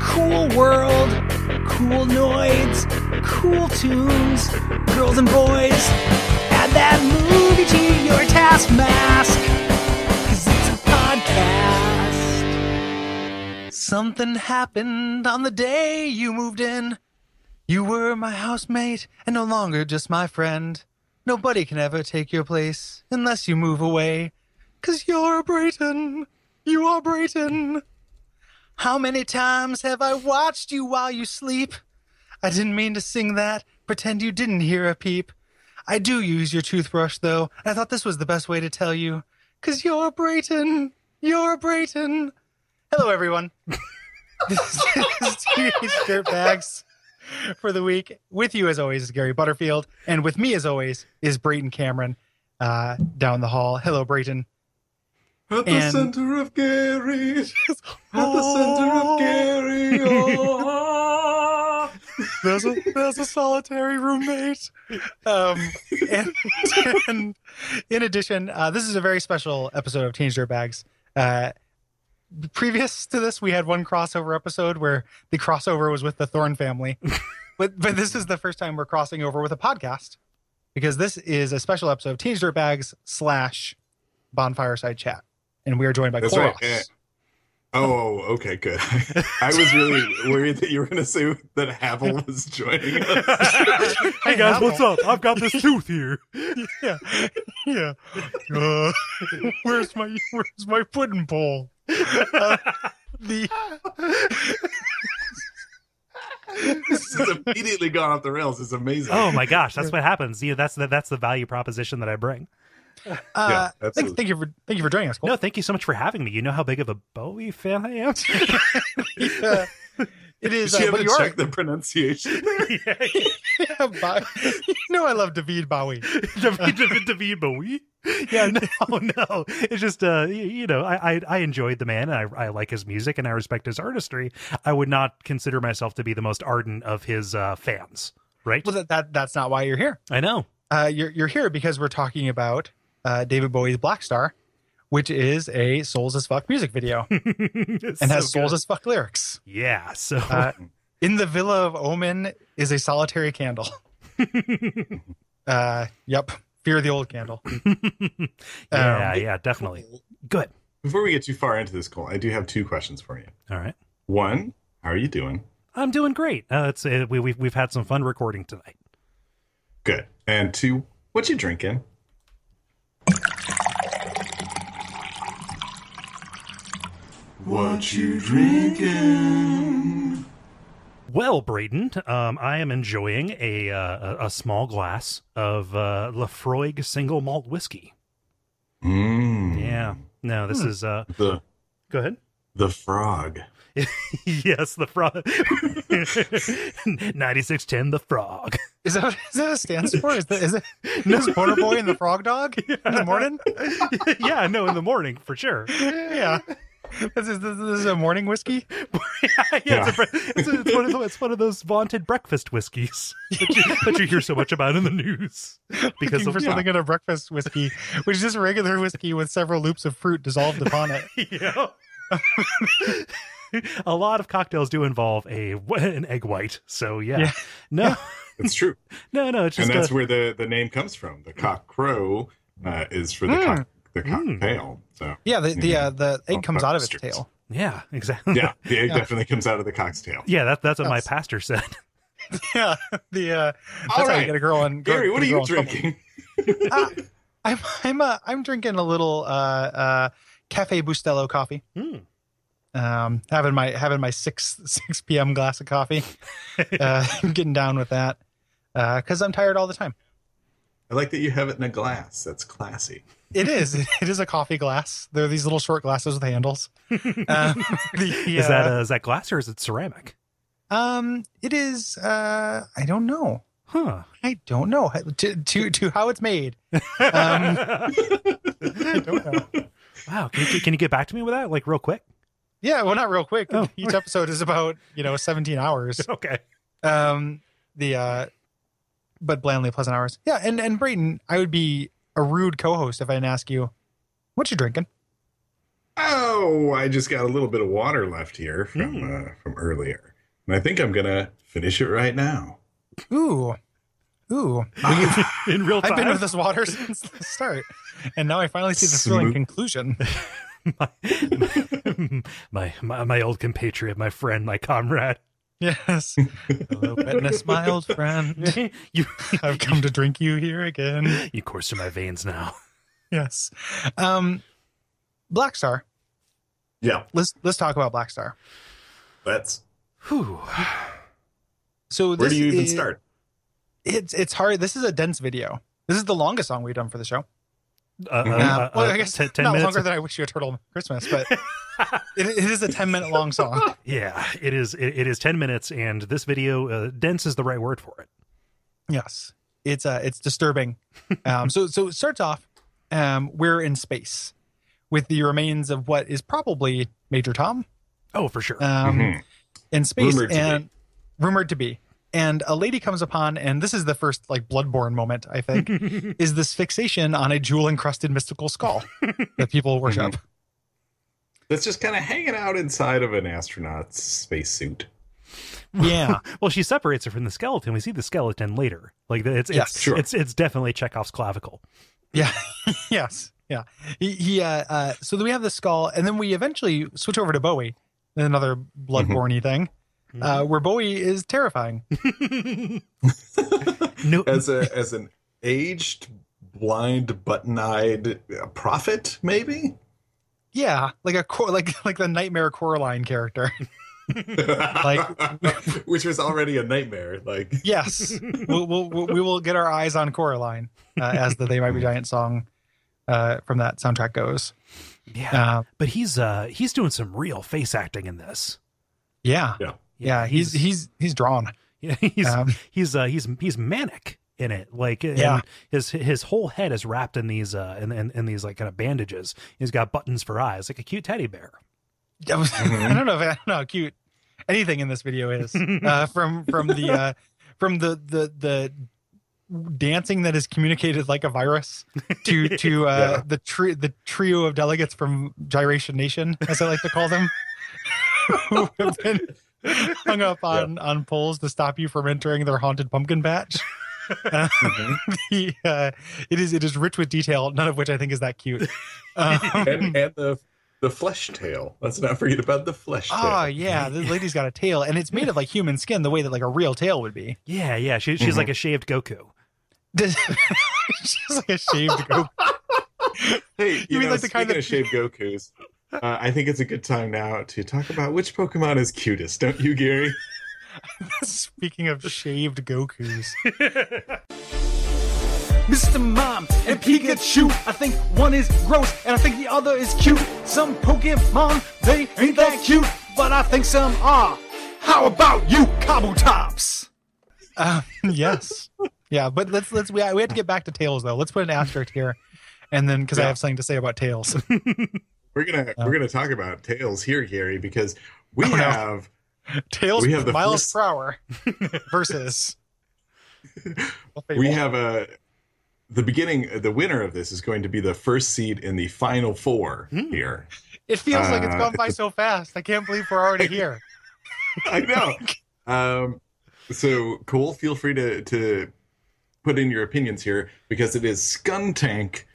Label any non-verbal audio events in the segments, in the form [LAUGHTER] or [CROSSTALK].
cool world, cool noids, cool tunes, girls and boys. Add that movie to your task mask, cause it's a podcast. Something happened on the day you moved in. You were my housemate and no longer just my friend. Nobody can ever take your place unless you move away. Cause you're Brayton. You are Brayton. How many times have I watched you while you sleep? I didn't mean to sing that. Pretend you didn't hear a peep. I do use your toothbrush though. and I thought this was the best way to tell you. Cause you're Brayton. You're Brayton. Hello everyone. this is Teenage Dirtbags for the week. With you, as always, is Gary Butterfield, and with me, as always, is Brayton Cameron uh, down the hall. Hello, Brayton. At the And- center of Gary. At the center [LAUGHS] of Gary. Oh. There's a there's a solitary roommate. Um, and, and in addition, uh, this is a very special episode of Teenage Dirtbags. Uh, previous to this, we had one crossover episode where the crossover was with the Thorn family, but but this is the first time we're crossing over with a podcast because this is a special episode of Teenage Dirtbags slash Bonfireside Chat, and we are joined by That's Koros. right, eh. oh, okay, good. [LAUGHS] I was really worried that you were going to say that Havel was joining us. [LAUGHS] Hey guys, what's up? I've got this tooth here. [LAUGHS] yeah, yeah. Uh, where's my where's my pudding bowl? Uh, the this has immediately gone off the rails. It's amazing. Oh my gosh, that's what happens. Yeah, that's the, that's the value proposition that I bring. uh, absolutely. thank, thank you for thank you for joining us. Cole. [LAUGHS] No, thank you so much for having me. You know how big of a Bowie fan I [LAUGHS] am. Uh, it is. Did [LAUGHS] you Uh, but ever you are. check the pronunciation? [LAUGHS] [LAUGHS] Yeah, Bow- [LAUGHS] you know I love David Bowie. David- David- David Bowie. Yeah, no, no. It's just uh, you, you know, I, I I enjoyed the man, and I I like his music, and I respect his artistry. I would not consider myself to be the most ardent of his uh, fans, right? Well, that, that that's not why you're here. I know. [LAUGHS] Uh, you're you're here because we're talking about uh, David Bowie's Black Star, which is a souls as fuck music [LAUGHS] video and and has souls as fuck lyrics. Yeah. So [LAUGHS] Uh, in the villa of Omen is a solitary candle. uh, yep, fear the old candle. yeah, um, yeah, definitely. Good. Before we get too far into this, Cole, I do have two questions for you. All right. One, how are you doing? I'm doing great. Uh, it's uh, we we've, we've had some fun recording tonight. Good. And two, what you drinking? What you drinking? Well, Braden, um, I am enjoying a uh, a, a small glass of uh, Lafroig single malt whiskey. Mmm. Yeah. No, Hmm. this is uh. The Go ahead. the frog. [LAUGHS] yes, the frog. [LAUGHS] Ninety six ten, the frog. [LAUGHS] Is that is that what it stands for? Is that is it is Porter Boy and the Frog Dog in the morning? [LAUGHS] yeah, no, in the morning for sure. Yeah. This is, this is a morning [LAUGHS] whiskey. [LAUGHS] yeah, It's, a, bre- it's, a- it's one of those, it's one of those vaunted breakfast whiskeys [LAUGHS] that you, that you hear so much about in the news because Looking of for something in a breakfast whiskey, which is just regular whiskey with several loops of fruit dissolved upon it. [LAUGHS] yeah. [LAUGHS] a lot of cocktails do involve a [LAUGHS] an egg white. So yeah, Yeah. no, It's true. no, no. It's and just that's a, where the, the name comes from. The cock crow uh, is for the Mm. cock the cock Mm. tail. So Yeah, the the Mm-hmm. uh, the Oh, egg comes out of its Monsters. tail. yeah, exactly. yeah, the egg Hmm. Yeah. definitely comes out of the cock's tail. [LAUGHS] Yeah, that, that's what my Yes. pastor said. [LAUGHS] Yeah, the uh, that's All how you right. get a girl on. Gary, get what a are girl you in trouble. drinking? Ah, I'm I'm uh, I'm drinking a little uh, uh, Cafe Bustelo coffee. Hmm. Um, having my having my six six p.m. glass of [LAUGHS] coffee. Uh, [LAUGHS] getting down with that because I'm tired all the time. I like that you have it in a glass. That's classy. It is [LAUGHS] it is a coffee glass. There are these little short glasses with [LAUGHS] handles. Um, the, Is that uh, uh, is that glass or is it ceramic? um? It is. Uh, I don't know. Huh. I don't know to to to how it's made. Um, I don't know. [LAUGHS] wow. Can you, can you get back to me with that like real quick? Yeah, well, not real quick. Oh. Each episode is about you know 17 [LAUGHS] hours. Okay. um the uh but blandly pleasant hours yeah and and brayton i would be a rude co-host if i didn't ask you what you drinking Oh, I just got a little bit of water left here from Hmm. uh, from earlier. And I think I'm gonna finish it right now. Ooh. Ooh. [LAUGHS] in real time. I've been with this water [LAUGHS] since the start. And now I finally see the Smooth. thrilling conclusion. my, [LAUGHS] my, my my old compatriot, my friend, my comrade. [LAUGHS] Yes. Hello, witness, my old friend. you I've come to drink you here again. you course through my veins now. Yes. Um Black Star. Yeah, Let's let's talk about Black Star. that's Whew. Uh, So where this do you even is- start? It's it's hard. This is a dense video. This is the longest song we've done for the show. Uh, uh, Uh, uh, well, uh, I guess te- ten not minutes. longer than I wish you a turtle Christmas, but it, it is a ten minute long [LAUGHS] song. yeah, it is. It, it is ten minutes, and this video uh, dense is the right word for it. Yes, it's uh, it's disturbing. Um, so so it starts off. Um, we're in space with the remains of what is probably Major Tom. Oh, for sure. Um, Mhm. in space Rumored to be. and rumored to be. And a lady comes upon, and this is the first like bloodborne moment, I [LAUGHS] think, is this fixation on a jewel encrusted mystical [LAUGHS] skull that people worship. That's just kind of hanging out inside of an [LAUGHS] astronaut's spacesuit. Mm-hmm. Yeah. well, she separates it from the skeleton. We see the skeleton later. Like it's it's Yes. Sure. it's it's definitely Chekhov's clavicle. [LAUGHS] Yeah. [LAUGHS] yes. Yeah. He, he uh, uh so then we have the skull and then we eventually switch over to Bowie, another Mm-hmm. bloodborne thing. Uh where Bowie is terrifying. No, As a as an aged, blind, button-eyed uh, prophet, maybe. Yeah, like a cor- like [LAUGHS] like the nightmare Coraline character. Like- [LAUGHS] which was already a nightmare. Like, Yes. we'll, we'll, we'll- we will get our eyes on Coraline uh, as the They Might Be Giant song uh from that soundtrack goes. yeah, Uh, but he's uh he's doing some real face acting in this. yeah. yeah, Yeah, he's he's he's drawn. [LAUGHS] Yeah, he's Um, he's uh, he's he's manic in it. Like and Yeah. his his whole head is wrapped in these uh in, in, in these like kind of bandages. He's got buttons for eyes, like a cute teddy bear. I, was- I don't know if I don't know how cute anything in this video is uh, from from the uh, from the the the dancing that is communicated like a virus to to uh, Yeah. the tri- the trio of delegates from Gyration Nation, as I like to call them, [LAUGHS] who have been hung up on on poles to stop you from entering their haunted pumpkin patch. [LAUGHS] Uh, Mhm. the, uh, it is it is rich with detail, none of which I think is that cute. Um, and and the the flesh tail. Let's not forget about the flesh tail. Oh yeah, the lady's got a tail, and it's made of like human skin, the way that like a real tail would [LAUGHS] be. Yeah, yeah. She, she's like a shaved Goku. She's like a shaved goat. Hey, you, mean like the kind that- of shaved Goku's? Uh, I think it's a good time now to talk about which Pokemon is cutest, don't you, Gary? [LAUGHS] Speaking of shaved [LAUGHS] Goku's, Mr. Mom and Pikachu. I think one is gross and I think the other is cute. Some Pokemon, they ain't that cute, but I think some are. How about you, Kabutops? um, yes, yeah. But let's let's we we have to get back to tails though. Let's put an asterisk here, and then because I Yeah. have something to say about [LAUGHS] tails. [LAUGHS] We're gonna we're gonna talk about tails here, Gary, because we no. have tails We have the miles first- per [LAUGHS] hour versus. we have a the beginning. The winner of this is going to be the first seed in the final four here. it feels like it's uh, gone by so fast. I can't believe we're [LAUGHS] already here. [LAUGHS] I know. Um, so cool. Feel free to to put in your opinions here because it is Scun Tank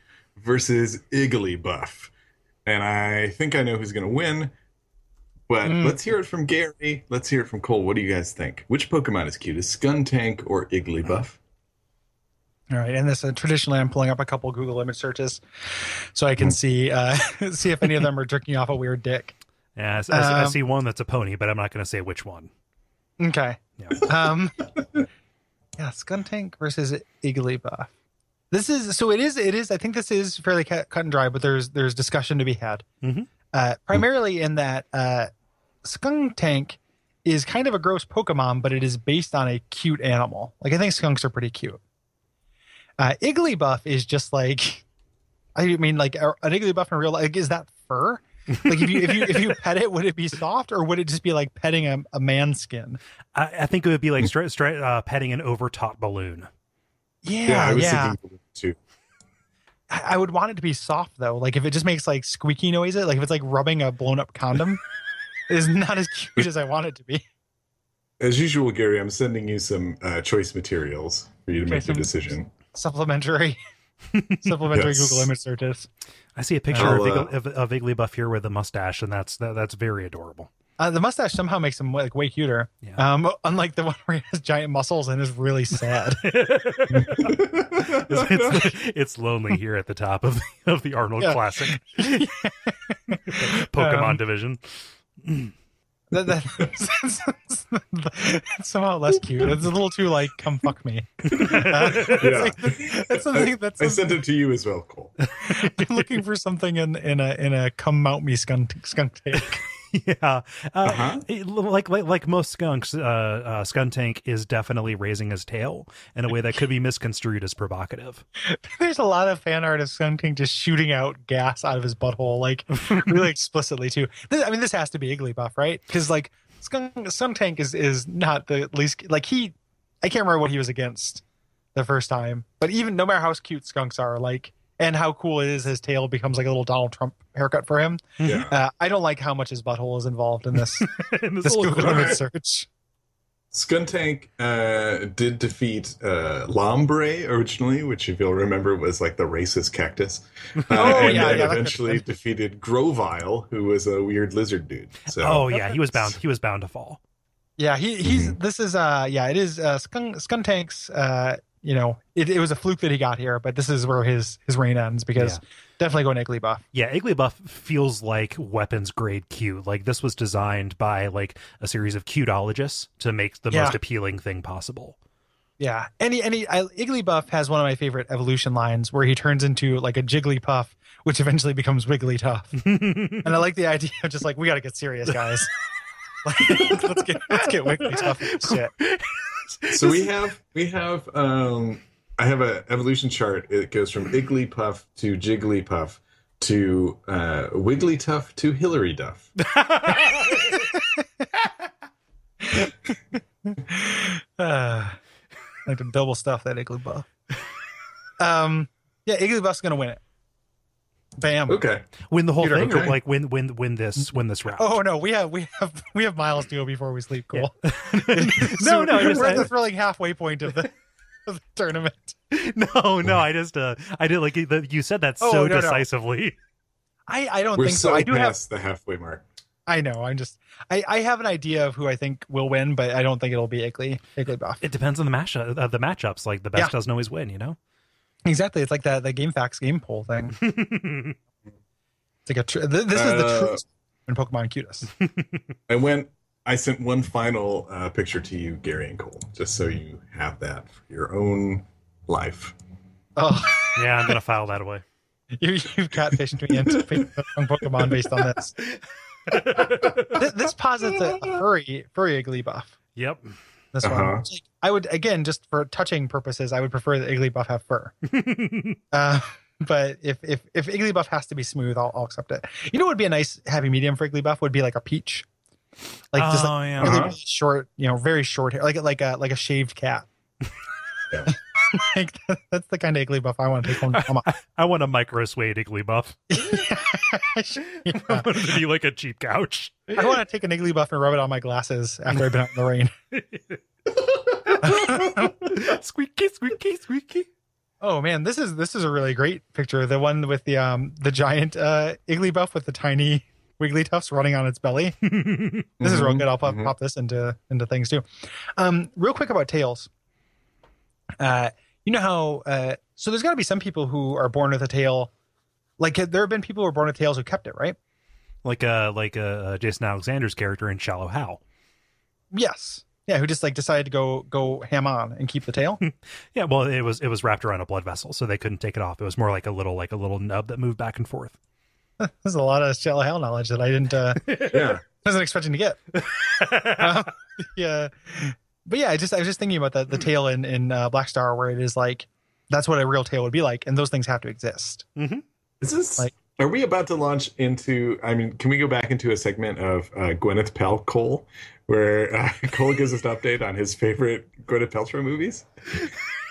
versus Iggly Buff, and I think I know who's going to win. But Mm. let's hear it from Gary. Let's hear it from Cole. What do you guys think? Which Pokemon is cute? Is Scun Tank or Iggly Buff? All right, and this uh, traditionally, I'm pulling up a couple Google image searches so I can see uh, [LAUGHS] see if any of them are jerking off a weird dick. Yeah, I s- I s- I Um, see one that's a pony, but I'm not going to say which one. Okay. Yeah. Um, yeah, Skun Tank versus Iggly Buff. This is so it is it is I think this is fairly cut, cut and dry, but there's there's discussion to be had. Mhm. Uh, primarily in that uh, Skunk Tank is kind of a gross Pokemon, but it is based on a cute animal. Like I think skunks are pretty cute. Uh, Igglybuff is just like, I mean, like a- an Igglybuff in real life is that fur? Like if you if you if you pet it, would it be soft or would it just be like petting a, a man's skin? I, I think it would be like stri- stri- uh, petting an overtop balloon. Yeah, yeah. I was thinking too. I, I would want it to be soft though. Like if it just makes like squeaky [LAUGHS] noises, like if it's like rubbing a blown up condom, it is not as cute as I want it to be. As usual, Gary, I'm sending you some uh, choice materials for you to make Choice your of- [LAUGHS] decision. [LAUGHS] Supplementary, supplementary Yes. Google image searches. I see a picture I'll, of, uh, Igli- of, of Igglybuff here with a mustache, and that's that, that's very [LAUGHS] adorable. Uh, the mustache somehow makes him like way cuter. Yeah. Um, unlike the [LAUGHS] one where he has giant muscles and is really [LAUGHS] sad. Oh. It's, it's, it's lonely here at the top of the, of the Arnold Yeah. Classic Pokemon division. Um, That, [LAUGHS] that, that's somehow less cute. It's a little too like, come fuck me. [LAUGHS] Uh, [LAUGHS] Yeah. it's like- that's something that's I sent it to you as well, Cole. I'm [LAUGHS] looking for something in in a in a come mount me skunk skunk tank. Yeah, uh, Uh-huh. it- like like like most skunks, uh, uh, Skuntank is definitely raising his tail in a way that could be misconstrued as provocative. [LAUGHS] There's a lot of fan art of skunk tank just shooting out gas out of his butthole, like really explicitly too. This, I mean, this has to be Igglybuff, right? Because like skunk skunk tank is is not the least like he. I can't remember what he was against the first time, but even no matter how cute skunks are, like and how cool it is, his tail becomes like a little Donald Trump haircut for him. Yeah. Uh, I don't like how much his butthole is involved in this In this this little Google corner. image search. Skuntank uh, did defeat uh, Lombre originally, which, if you'll remember, was like the racist cactus. Uh, and yeah, then yeah, that eventually makes sense. defeated Grovile, who was a weird lizard dude. So, Oh yeah, he was bound. He was bound to fall. Yeah, he he's this is uh yeah, it is uh Skun Skuntank's uh you know, it, it was a fluke that he got here, but this is where his his reign ends because definitely go Nigglybuff. buff. Yeah, Igglybuff feels like weapons grade Q. Like this was designed by like a series of cutologists to make the Yeah. most appealing thing possible. [LAUGHS] Yeah. Any any I, Igglybuff has one of my favorite evolution lines where he turns into like a Jigglypuff, which eventually becomes Wigglytuff. and I like the idea of just like we got to get serious, guys. [LAUGHS] like, let's get let's get Wigglytuff and shit. so we have we have um, I have a evolution chart. It goes from Igglypuff to Jigglypuff to uh, Wigglytuff to Hillary Duff. uh, like to double stuff that Igglybuff. Um, yeah, Igglybuff's gonna win it. Bam. Okay, win the whole Peter, thing, or okay. like win win win this win this round. Oh no, we have we have we have miles to go before we sleep. Cool. [LAUGHS] [LAUGHS] no, no, I just, we're at I, the thrilling halfway point of the, [LAUGHS] of the tournament. [LAUGHS] no, no. I just uh, I did like the, you said that Oh, so no, no. decisively. I I don't we're think so so. I do have. past the halfway mark. I know. I'm just. I I have an idea of who I think will win, but I don't think it'll be Iggly Igglybuff. It depends on the match uh, the matchups. Like the best Yeah. doesn't always win, you know. [LAUGHS] Exactly. It's like that the GameFAQs game poll thing. It's like a. Tr- th- this is the Uh, truest in Pokemon cutest. [LAUGHS] I went. I sent one final uh, picture to you, Gary and Cole, just so you have that for your own life. Oh. [LAUGHS] yeah, I'm gonna file that away. You, you've catfished me into picking the wrong Pokemon based on [LAUGHS] this. Th- this posits a, a furry, furry Igglybuff. [LAUGHS] Yep. This Uh-huh. one. It's like, I would, again, just for touching purposes, I would prefer that Igglybuff have fur. uh, [LAUGHS] but if, if, if Igglybuff has to be smooth, I'll, I'll accept it. You know what would be a nice happy medium for Igglybuff would be like a peach. Like just Oh, like yeah. really, Uh-huh. really short, you know, very short hair, like like a like a shaved cat. Yeah. [LAUGHS] like that, that's the kind of Igglybuff I want to take home. to Mama. [LAUGHS] I want a micro suede Igglybuff. Yeah. [LAUGHS] I want it to be like a [LAUGHS] cheap couch. I want to take an Iggly buff and rub it on my glasses after I've been out in the rain. squeaky, squeaky, squeaky. [LAUGHS] Oh man, this is this is a really great picture. The one with the um the giant uh Iggly buff with the tiny wiggly tufts running on its belly. This is real Mhm, good. I'll pop, mhm. pop this into into things too. Um, real quick about tails. Uh, you know how uh, so there's got to be some people who are born with a tail. Like there have been people who were born with tails who kept it, right? Like uh like uh, uh Jason Alexander's character in Shallow Hal. Yes. Yeah, who just like decided to go go ham on and keep the tail. Yeah, well, it was it was wrapped around a blood vessel, so they couldn't take it off. It was more like a little like a little nub that moved back and forth. There's a lot of shallow hell knowledge that I didn't uh, [LAUGHS] Yeah. wasn't expecting to get. Um, yeah, but yeah, I just I was just thinking about the the tail in in uh, Black Star where it is like that's what a real tail would be like, and those things have to exist. Is this? Like- are we about to launch into? I mean, can we go back into a segment of uh, Gwyneth Pal Cole, [LAUGHS] where uh, Cole gives us an update on his favorite Gwyneth Paltrow movies?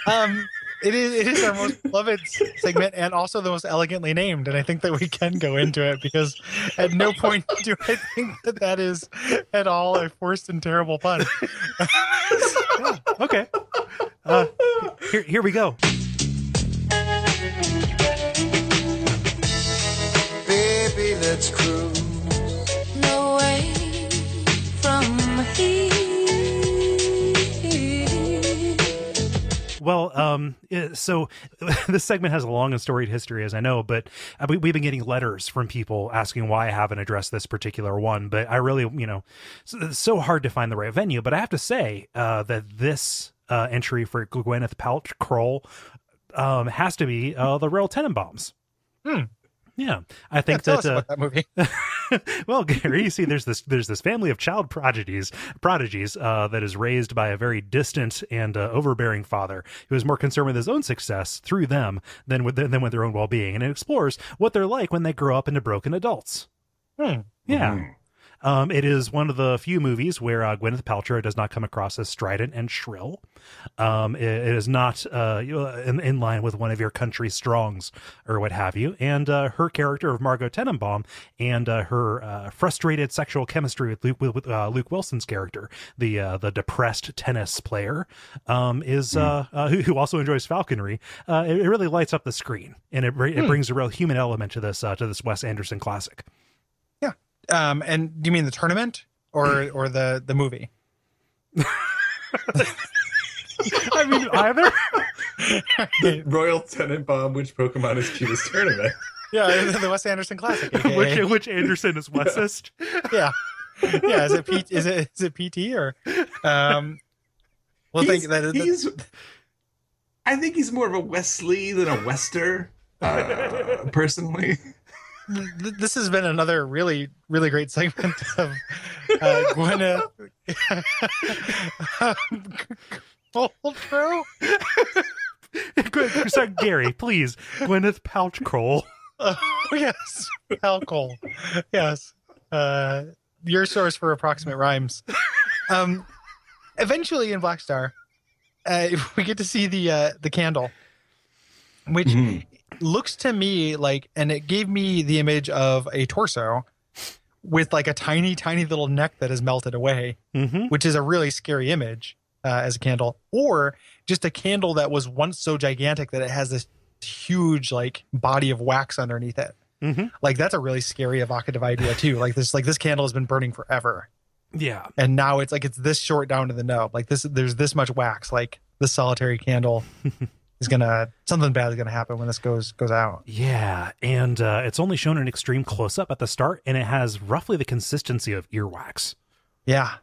Um, It is it is our most beloved segment and also the most elegantly named, and I think that we can go into it because at no point do I think that that is at all a forced and terrible pun. Okay. Uh, here, here we go. Baby, let's cruise. No way from here. Well, um, eh, so [LAUGHS] this segment has a long and storied history, as I know, but uh, we, we've been getting letters from people asking why I haven't addressed this particular one. But I really, you know, it's, it's so hard to find the right venue. But I have to say uh, that this uh, entry for Gwyneth Paltrow Kroll, um, has to be uh, the Royal Tenenbaums. Hmm. Yeah, I Yeah, think tell us that uh, about that movie. [LAUGHS] well, Gary, you see, there's this there's this family of child prodigies prodigies uh, that is raised by a very distant and uh, overbearing father who is more concerned with his own success through them than with their, than with their own well being, and it explores what they're like when they grow up into broken adults. Hmm. Yeah. Mm. Um, it is one of the few movies where uh, Gwyneth Paltrow does not come across as strident and shrill. Um, it- it is not uh, you know, in, in line with one of your country strongs or what have you. And uh, her character of Margot Tenenbaum and uh, her uh, frustrated sexual chemistry with Luke, with, uh, Luke Wilson's character, the uh, the depressed tennis player, um, is uh, uh, who, who also enjoys falconry. Uh, it, it really lights up the screen, and it, br- it brings a real human element to this uh, to this Wes Anderson classic. Um, and do you mean the tournament or or the the movie? I mean, either. The Royal Tenenbaum, which Pokemon is cutest tournament? Yeah, [LAUGHS] the, the Wes Anderson classic. aka. which which Anderson is [LAUGHS] Wessist? yeah, yeah. Is it P- is it is it PT or? Um, well, thank He's- that, that he's- I think he's more of a Wesley than a Wester, uh, personally. th- this has been another really really great segment [LAUGHS] of uh, Gwyneth [LAUGHS] Um, Paltrow. Good- Sorry, Gary, please. Gwyneth Paltrow. Oh yes, alcohol. Yes, uh, your source for approximate rhymes. Um, eventually in Black Star, uh, [LAUGHS] we get to see the uh, the candle, which mm-hmm. [LAUGHS] looks to me like, and it gave me the image of a torso with like a tiny, tiny little neck that has melted away, Mm-hmm. which is a really scary image uh, as a candle, or just a candle that was once so gigantic that it has this huge like body of wax underneath it Mm-hmm. like that's a really scary evocative idea too like this like this candle has been burning forever Yeah. and now it's like it's this short down to the nub like this there's this much wax like this solitary candle is gonna something bad is gonna happen when this goes goes out Yeah. And uh, it's only shown in extreme close up at the start, and it has roughly the consistency of earwax. yeah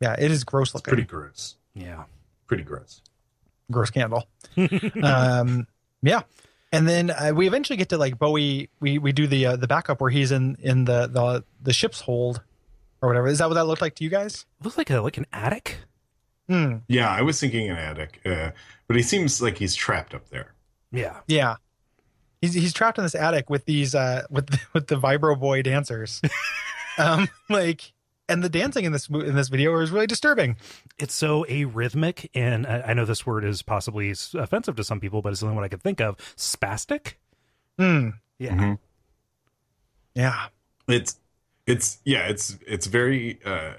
yeah it is gross looking Pretty gross. Yeah. Pretty gross. gross candle um yeah and then uh, we eventually get to like bowie we we do the uh, the backup where he's in in the the the ship's hold or whatever is that what that looked like to you guys Looks like a like an attic. hmm Yeah, I was thinking an attic, uh, but he seems like he's trapped up there. Yeah. Yeah. He's he's trapped in this attic with these uh with [LAUGHS] the, with the vibro boy dancers. um like and the dancing in this mo- in this video is really disturbing. It's so arrhythmic, and I, I know this word is possibly s- offensive to some people, but it's the only one I could think of. Spastic. Hmm. Yeah. Mhm. Yeah. It's, it's yeah, it's it's very uh,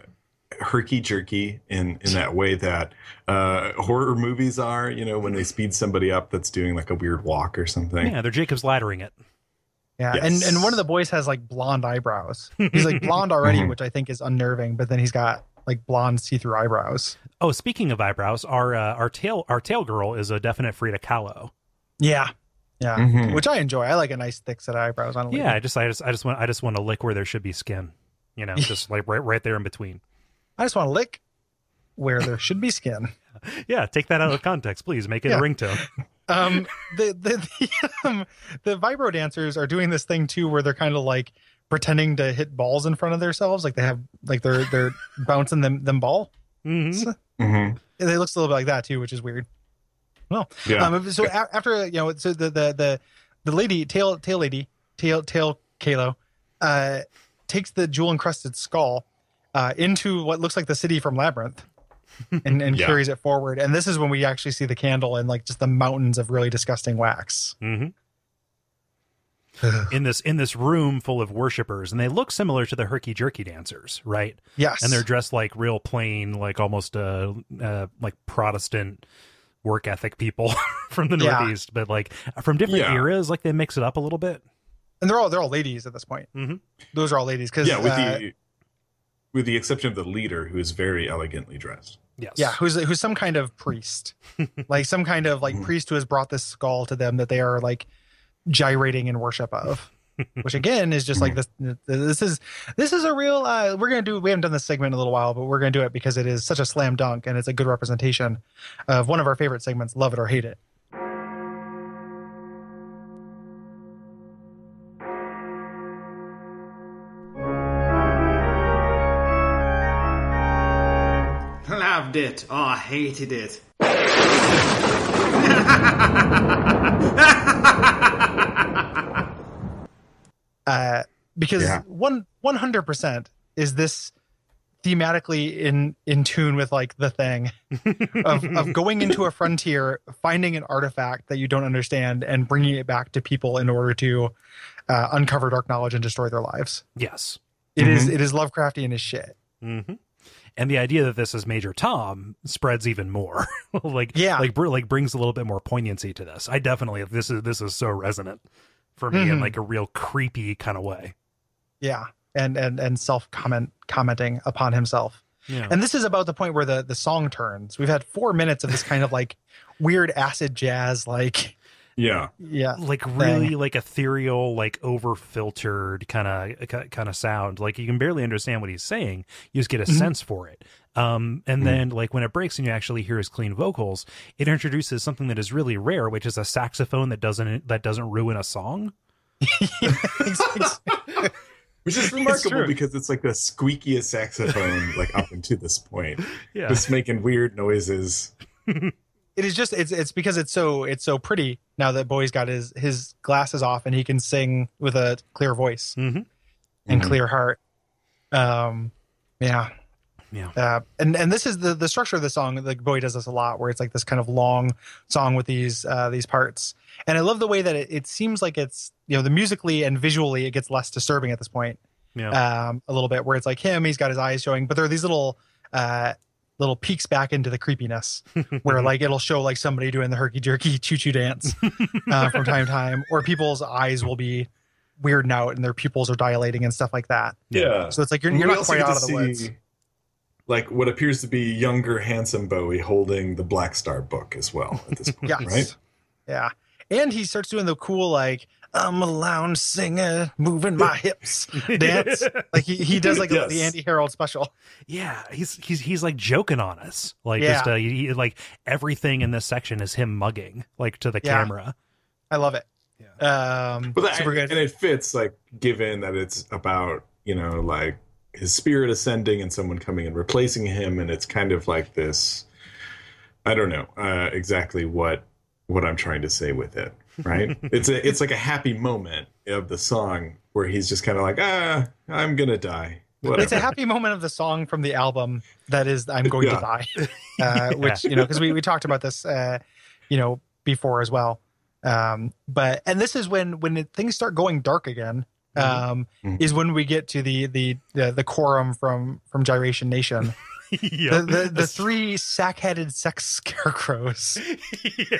herky jerky in in that way that uh, horror movies are. You know, when they speed somebody up that's doing like a weird walk or something. Yeah. They're Jacob's laddering it. Yeah. Yes. And and one of the boys has like blonde eyebrows. He's like blonde already, which I think is unnerving, but then he's got like blonde see-through eyebrows. Oh, speaking of eyebrows, our uh, our tail our tail girl is a definite Frida Kahlo. Yeah. Yeah. Mhm. Which I enjoy. I like a nice thick set of eyebrows on a lady. Yeah, I just, I just, I just want, I just want to lick where there should be skin, you know, [LAUGHS] just like right, right there in between. I just want to lick where there should be skin. Yeah, take that out of context, please. Make it Yeah. a ringtone. um the the [LAUGHS] the, um, the vibro dancers are doing this thing too where they're kind of like pretending to hit balls in front of themselves like they have like they're they're bouncing them them ball Mhm. Mhm. it looks a little bit like that too which is weird Yeah. um so a- after you know so the the the, the lady tail tail lady tail tail kalo uh takes the jewel encrusted skull uh into what looks like the city from labyrinth and, [LAUGHS] and Yeah. carries it forward. And this is when we actually see the candle and like just the mountains of really disgusting wax. [SIGHS] hmm in this in this room full of worshipers, and they look similar to the herky jerky dancers, right? Yes. And they're dressed like real plain, like almost uh, uh like Protestant work ethic people [LAUGHS] from the Yeah. Northeast, but like from different Yeah. eras, like they mix it up a little bit. and they're all they're all ladies at this point. Mhm. Those are all ladies uh, because Mm-hmm. yeah, with the with the exception of the leader, who is very elegantly dressed. Yes. yeah, who's who's some kind of priest, like some kind of like Mhm. priest who has brought this skull to them that they are like gyrating in worship of, which again is just like this. This is this is a real. Uh, we're gonna do. We haven't done this segment in a little while, but we're gonna do it because it is such a slam dunk and it's a good representation of one of our favorite segments, love it or hate it. Loved it or hated it. Uh, because Yeah. one one hundred percent is this thematically in in tune with like the thing of of going into a frontier, finding an artifact that you don't understand, and bringing it back to people in order to uh, uncover dark knowledge and destroy their lives. Yes. It is it is Lovecraftian as shit. hmm And the idea that this is Major Tom spreads even more, [LAUGHS] like Yeah. like br- like brings a little bit more poignancy to this. I definitely this is this is so resonant for me in Mhm. like a real creepy kind of way. Yeah, and and and self comment commenting upon himself. Yeah. And this is about the point where the the song turns. We've had four minutes of this kind of like weird acid jazz, like Yeah, [LAUGHS] yeah. like really like ethereal like over filtered kind of kind of sound like you can barely understand what he's saying you just get a Mhm. sense for it um and then like when it breaks and you actually hear his clean vocals it introduces something that is really rare which is a saxophone that doesn't that doesn't ruin a song [LAUGHS] which is remarkable true. because it's like the squeakiest saxophone like up until this [LAUGHS] point, yeah just making weird noises. it is just it's it's because it's so it's so pretty now that boy's got his his glasses off and he can sing with a clear voice hmm and Mhm. clear heart um yeah Yeah. uh, and and this is the the structure of the song like boy does this a lot where it's like this kind of long song with these uh these parts and i love the way that it, it seems like it's you know the musically and visually it gets less disturbing at this point [LAUGHS] yeah um a little bit where it's like him he's got his eyes showing but there are these little uh little peeks back into the [LAUGHS] creepiness where like it'll show like somebody doing the herky jerky choo choo dance [LAUGHS] uh, from time to time, or people's eyes will be weirding out and their pupils are dilating and stuff like that. Yeah, So it's like you're, you're We not also quite get to out of the woods. see, Like what appears to be younger, handsome Bowie holding the Black Star book as well [LAUGHS] at this point, [LAUGHS] Yes. right? Yeah. And he starts doing the cool like I'm a lounge singer moving [LAUGHS] my hips dance. Like he, he does like Yes. the Andy Harold special. yeah he's he's he's like joking on us like Yeah. just uh, he, he- like everything in this section is him mugging like to the Yeah. camera [LAUGHS] I love it. Um But that, super good. and it fits, like given that it's about you know like his spirit ascending and someone coming and replacing him, and it's kind of like this. I don't know uh, exactly what what I'm trying to say with it, [LAUGHS] right? it's a it's like a happy moment of the song where he's just kind of like, ah, I'm gonna die. Whatever. It's a happy moment of the song from the album that is "I'm Going Yeah. to Die," uh, which you know because we we talked about this, uh, you know, before as well. Um, but and this is when when it, things start going dark again. Um, Mhm. Is when we get to the the the, the quorum from from Gyration Nation, yeah the the, the three sack headed sex [LAUGHS] scarecrows [LAUGHS] yeah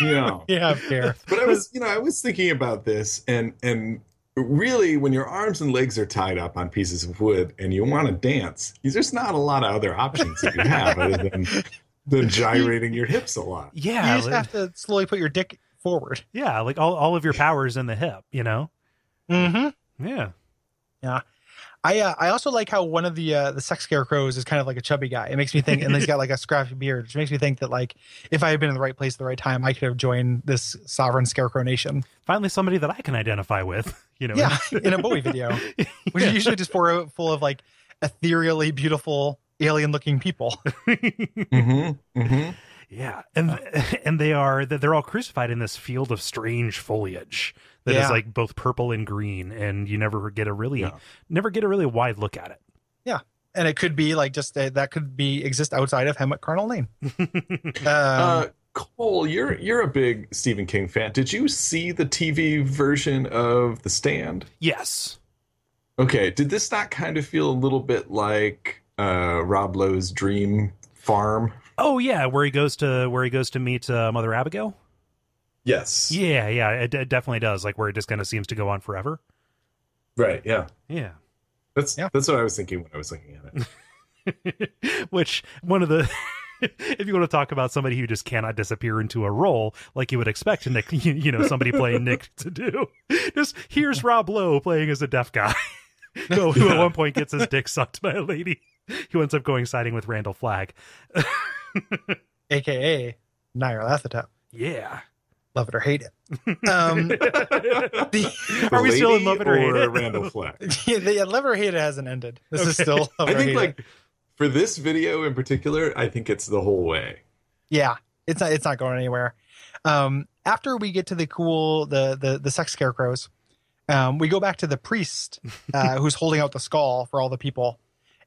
yeah. we have here. but I was, you know, I was thinking about this, and and really, when your arms and legs are tied up on pieces of wood and you want to dance, there's not a lot of other options that you have other than than gyrating your hips a lot. yeah you just like- have to slowly put your dick forward. yeah like all, all of your powers in the hip you know Mm-hmm. yeah I uh, I also like how one of the uh, the sex scarecrows is kind of like a chubby guy. It makes me think, and [LAUGHS] he's got like a scrappy beard, which makes me think that like if I had been in the right place at the right time, I could have joined this sovereign scarecrow nation. finally somebody that i can identify with [LAUGHS] you know Yeah, in a Bowie [LAUGHS] video, which is usually just for, full of like ethereally beautiful alien looking people. [LAUGHS] Mm-hmm. Mm-hmm. yeah and Uh. [LAUGHS] and they are they're all crucified in this field of strange foliage that is Yeah. like both purple and green and you never get a really Yeah. never get a really wide look at it and it could be like just uh, that could be exist outside of Hemet Carnal Lane. [LAUGHS] um, uh, Cole, you're you're a big Stephen King fan. Did you see the TV version of The Stand? Yes. Okay, did this not kind of feel a little bit like uh, Rob Lowe's Dream Farm? Oh yeah, where he goes to where he goes to meet uh, Mother Abigail. Yes. Yeah, yeah, it, it definitely does. Like where it just kind of seems to go on forever. Right. Yeah. Yeah. [LAUGHS] That's Yeah. that's what I was thinking when I was looking at it. Which one of the [LAUGHS] if you want to talk about somebody who just cannot disappear into a role like you would expect Nick, [LAUGHS] you, you know, somebody playing Nick to do. [LAUGHS] Just here's Rob Lowe playing as a deaf guy. [LAUGHS] who, who at one point gets his dick sucked by a lady [LAUGHS] who ends up going siding with Randall Flagg. AKA Nyarlathotep. Yeah. [LAUGHS] Love it or hate [LAUGHS] it. Um, [LAUGHS] the, Are we still Lady in love it or hate it? Randall [LAUGHS] Fleck? the love or hate it hasn't ended. This is still love I or hate think it. like for this video in particular, I think it's the whole way. yeah it's not it's not going anywhere um after we get to the cool the the, the sex scarecrows um we go back to the priest uh [LAUGHS] who's holding out the skull for all the people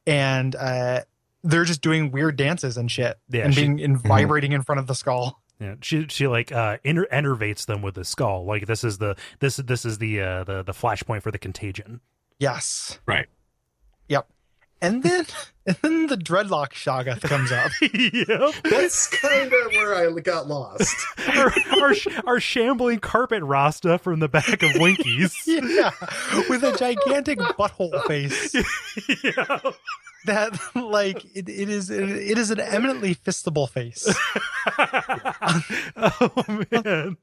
and uh they're just doing weird dances and shit Yeah, and she- being [LAUGHS] and vibrating in front of the skull Yeah, she she like uh inner enervates them with the skull. Like this is the this this is the uh the the flashpoint for [LAUGHS] the contagion. yes Right. yep and then [LAUGHS] and then the dreadlock shoggoth comes up yep. That's kind of where I got lost. our, our, sh- our shambling carpet rasta from the back of Winkies. [LAUGHS] yeah [LAUGHS] with a gigantic butthole face Yeah. that like it, it is it is an eminently fistable face [LAUGHS] oh man.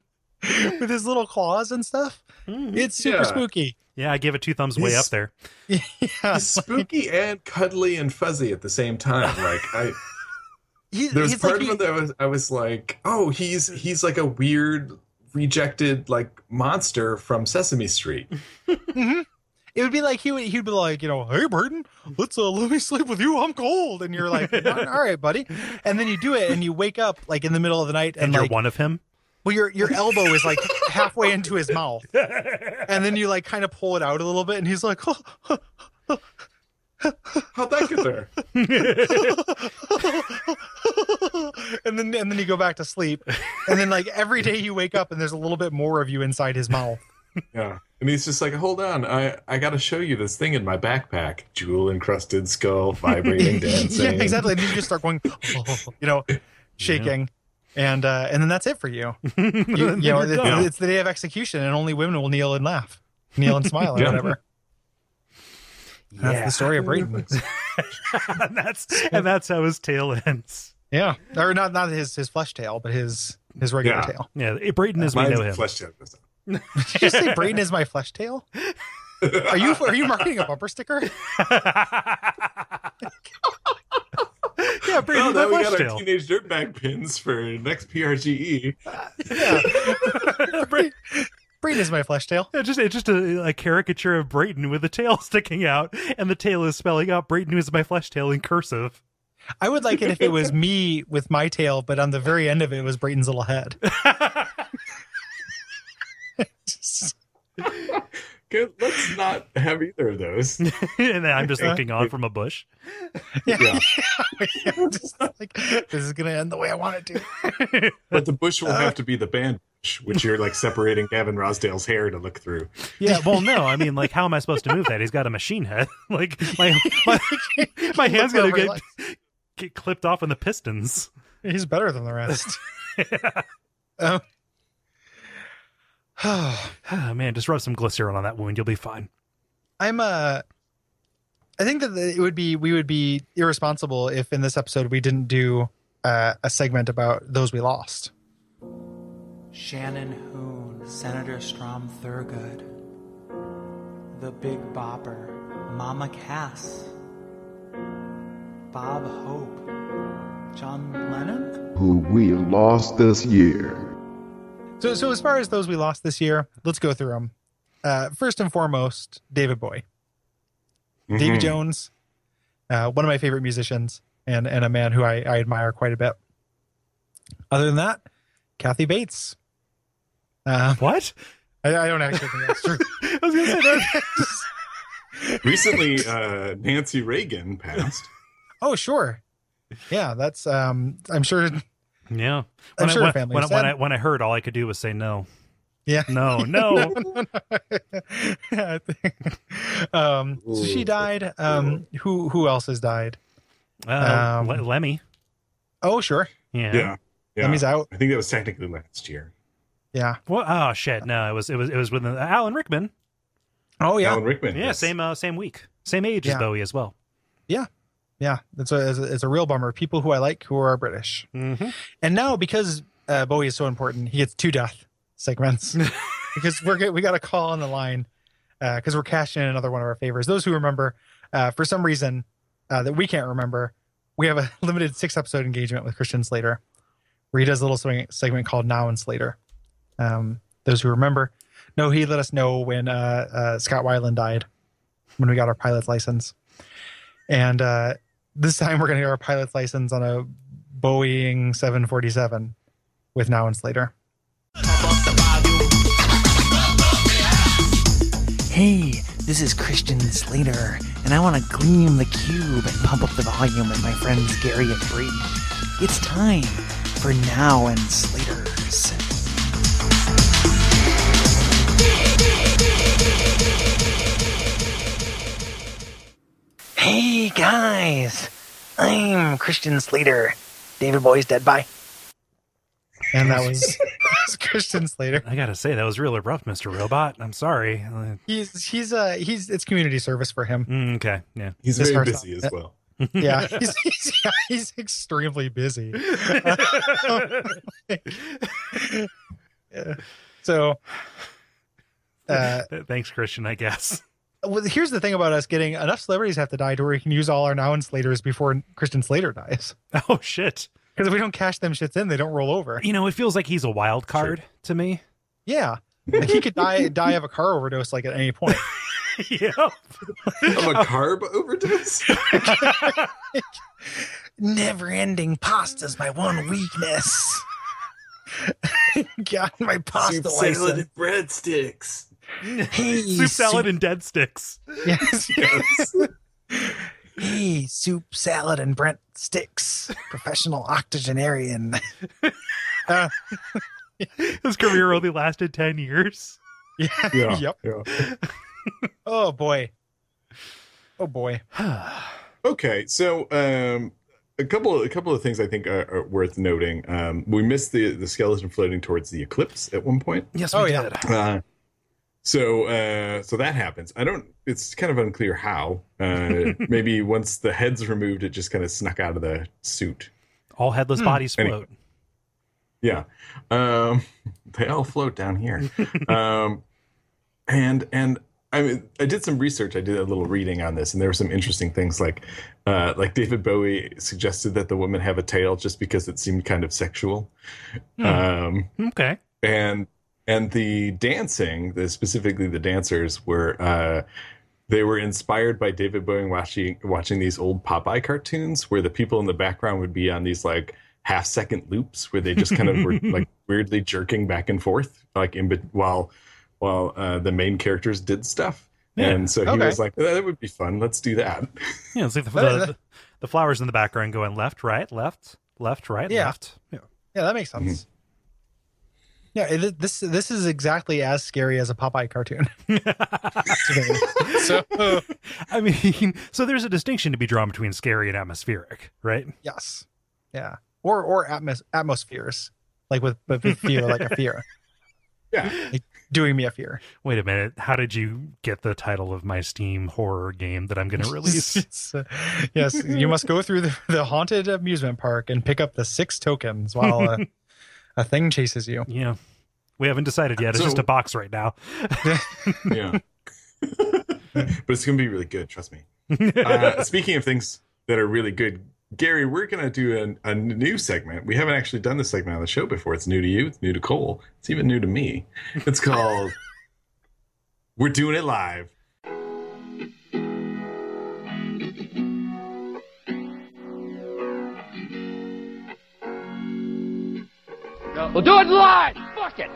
with his little claws and stuff. It's super Yeah. spooky. Yeah, I give it two thumbs way This- up there. Yeah, [LAUGHS] He's spooky and cuddly and fuzzy at the same time. Like I, he, there was he's part like of him that was I was like, oh, he's he's like a weird rejected like monster from Sesame Street. he- it would be like he would he'd be like you know, hey Burton, let's uh, let me sleep with you. I'm cold, and you're like, all right, buddy. And then you do it, and you wake up like in the middle of the night, and, And like, you're one of him. well, your your elbow is like halfway into his mouth, and then you like kind of pull it out a little bit, and he's like, "Oh, How'd that get there? [LAUGHS] and then and then you go back to sleep, and then like every day you wake up, and there's a little bit more of you inside his mouth. [LAUGHS] Yeah. And he's just like, hold on, I, I gotta show you this thing in my backpack. Jewel encrusted skull, vibrating dancing. [LAUGHS] Yeah, exactly. And you just start going, [LAUGHS] you know, shaking. And uh, and then that's it for you. [LAUGHS] You, you know, You're it's, done. it's the day of execution, and only women will kneel and laugh, kneel and smile, or Yeah. whatever. That's the story of Braden. [LAUGHS] and that's and that's how his tail ends. Yeah, or not not his his flesh tail, but his his regular Yeah. tail. Yeah, Brayden as we Mine's know him. flesh [LAUGHS] tail this time. Did you say Braden is my flesh tail? Are you are you marketing a bumper sticker? [LAUGHS] yeah, Oh, Brayden now my we flesh got tail. our teenage dirtbag pins for next PRGE. Bray- Braden is my flesh tail. Yeah, just it's just a, a caricature of Brayden with the tail [LAUGHS] sticking out, and the tail is spelling out Brayden is my flesh tail in cursive. [LAUGHS] I would like it if it was me with my tail, but on the very end of it was Braden's little [LAUGHS] head. Good. Let's not have either of [LAUGHS] those. and then I'm just looking on from a bush. Yeah. [LAUGHS] Just like, this is gonna end the way I want it to. But the bush will Uh, have to be the band bush, which you're like separating Gavin Rosdale's hair to look through. [LAUGHS] Yeah, well, no, I mean, like, how am I supposed to move that? He's got a machine head. [LAUGHS] Like, my [LAUGHS] my, [LAUGHS] my hand's gonna Look over get, get clipped off in the pistons. [SIGHS] He's better than the [LAUGHS] rest. [LAUGHS] Um, Oh, man, just rub some glycerin on that wound, you'll be fine. [SIGHS] I'm uh I think that it would be we would be irresponsible if in this episode we didn't do uh, a segment about those we lost. Shannon Hoon, Senator Strom Thurgood, The Big Bopper, Mama Cass, Bob Hope, John Lennon? who we lost this year. So so as far as those we lost this year, let's go through them. Uh, first and foremost, David Boy, Davy Mhm. Jones, uh, one of my favorite musicians and and a man who I, I admire quite a bit. Other than that, Kathy Bates. Uh, What? [LAUGHS] I, I don't actually think that's true. I was gonna say that. Recently, uh, Nancy Reagan passed. Oh, sure. Yeah, that's. um I'm sure. [LAUGHS] Yeah. I'm When I- sure when, her family when, was I- when sad. I when I heard, all I could do was say no, Yeah. no, [LAUGHS] no. I think- um, so she died. Um, who who else has died? Uh, Um, Le- Lemmy. Oh, sure. Yeah. Yeah. yeah. Lemmy's out. I think that was technically last year. Yeah. Well, oh shit! No, it was it was it was with uh, Alan Rickman. Oh, yeah. Alan Rickman. Yeah, yes. same uh, same week, same age as Yeah. Bowie as well. Yeah. That's a, it's a it's a real bummer. People who I like who are British, Mm-hmm. and now because uh, Bowie is so important, he gets two death segments because we're get, we got a call on the line because we're cashing in another one of our favors. Those who remember, uh, for some reason uh, that we can't remember, we have a [LAUGHS] limited six episode engagement with Christian Slater, where he does a little swing, segment called Now and Slater. Um, those who remember, no, he let us know when uh, uh, Scott Weiland died, when we got our pilot's license, and uh, this time we're going to get our pilot's license on a Boeing 747 with Now and Slater. Hey, this is Christian Slater, and I want to gleam the cube and pump up the volume with my friends Gary and Brady. It's time for Now and Slaters. Hey guys, I'm Christian Slater. David Boy's dead by. And that was, that was Christian Slater. I gotta say that was real abrupt, Mister Robot. I'm sorry. Uh, He's he's uh he's it's community service for [LAUGHS] him. mm, okay, yeah. He's This very first- busy as well. Yeah, [LAUGHS] he's he's, yeah, he's extremely busy. Yeah. So, uh, Thanks, Christian. I guess. [LAUGHS] well, here's the thing about us getting enough celebrities have to die to where we can use all our now and Slaters before Christian Slater dies. Oh shit! Because if we don't cash them shits in, they don't roll over. You know, it feels like he's a wild card to me. Yeah. Like he could die die of a car overdose like at any point. [LAUGHS] [LAUGHS] yeah. Of a carb [LAUGHS] overdose? Never ending pasta's my one weakness. God, my pasta [LAUGHS] license. and breadsticks. Hey, [LAUGHS] Soup salad and dead sticks. [LAUGHS] Yes. Yes. Hey, soup, salad, and Brent sticks. Professional octogenarian. His career only lasted ten years. [SIGHS] Yeah. Yeah, Yep. yeah. Oh boy. Oh boy. Okay, so um, a couple a couple of things I think are, are worth noting. Um, we missed the the skeleton floating towards the eclipse at one point. yes, we Oh, yeah. did. Uh, so uh, so that happens. I don't. It's kind of unclear how. Uh, maybe once the head's removed, it just kind of snuck out of the suit. All headless bodies Any- float. Yeah, um, [LAUGHS] they all float down here. um, and and I mean, I did some research. I did a little reading on this, and there were some interesting things like uh, like David Bowie suggested that the woman have a tail just because it seemed kind of sexual. Hmm. Uh-huh. Um, Okay. and and the dancing, the, specifically the dancers, were uh, they were inspired by David Bowie watching watching these old Popeye cartoons where the people in the background would be on these like half second loops where they just kind of were like weirdly jerking back and forth like in bet- while while uh, the main characters did stuff. Yeah. And so he Okay. was like, "That would be fun. Let's do that." Yeah, it's like the, the, the flowers in the background going left, right, left, left, right, Yeah. left. Yeah. Yeah, that makes sense. Yeah, it, this this is exactly as scary as a Popeye cartoon. [LAUGHS] [LAUGHS] To me. [LAUGHS] so I mean, [LAUGHS] so there's a distinction to be drawn between scary and atmospheric, right? yes, yeah, or or atmos atmospheres like with with with fear like a fear Yeah. doing me a fear. Wait a minute. How did you get the title of my Steam horror game that I'm [LAUGHS] going [LAUGHS] to release? It's, uh, yes, you must go through the, the haunted amusement park and pick up the six tokens while a, a thing chases you. yeah. We haven't decided yet. It's So- just a box right now. yeah. [LAUGHS] but it's going to be really good. Trust me. [LAUGHS] Uh, speaking of things that are really good, Gary, we're going to do an, a new segment. We haven't actually done this segment on the show before. It's new to you, it's new to Cole, it's even new to me. It's called [LAUGHS] We're Doing It Live. We'll do it live. Fuck it.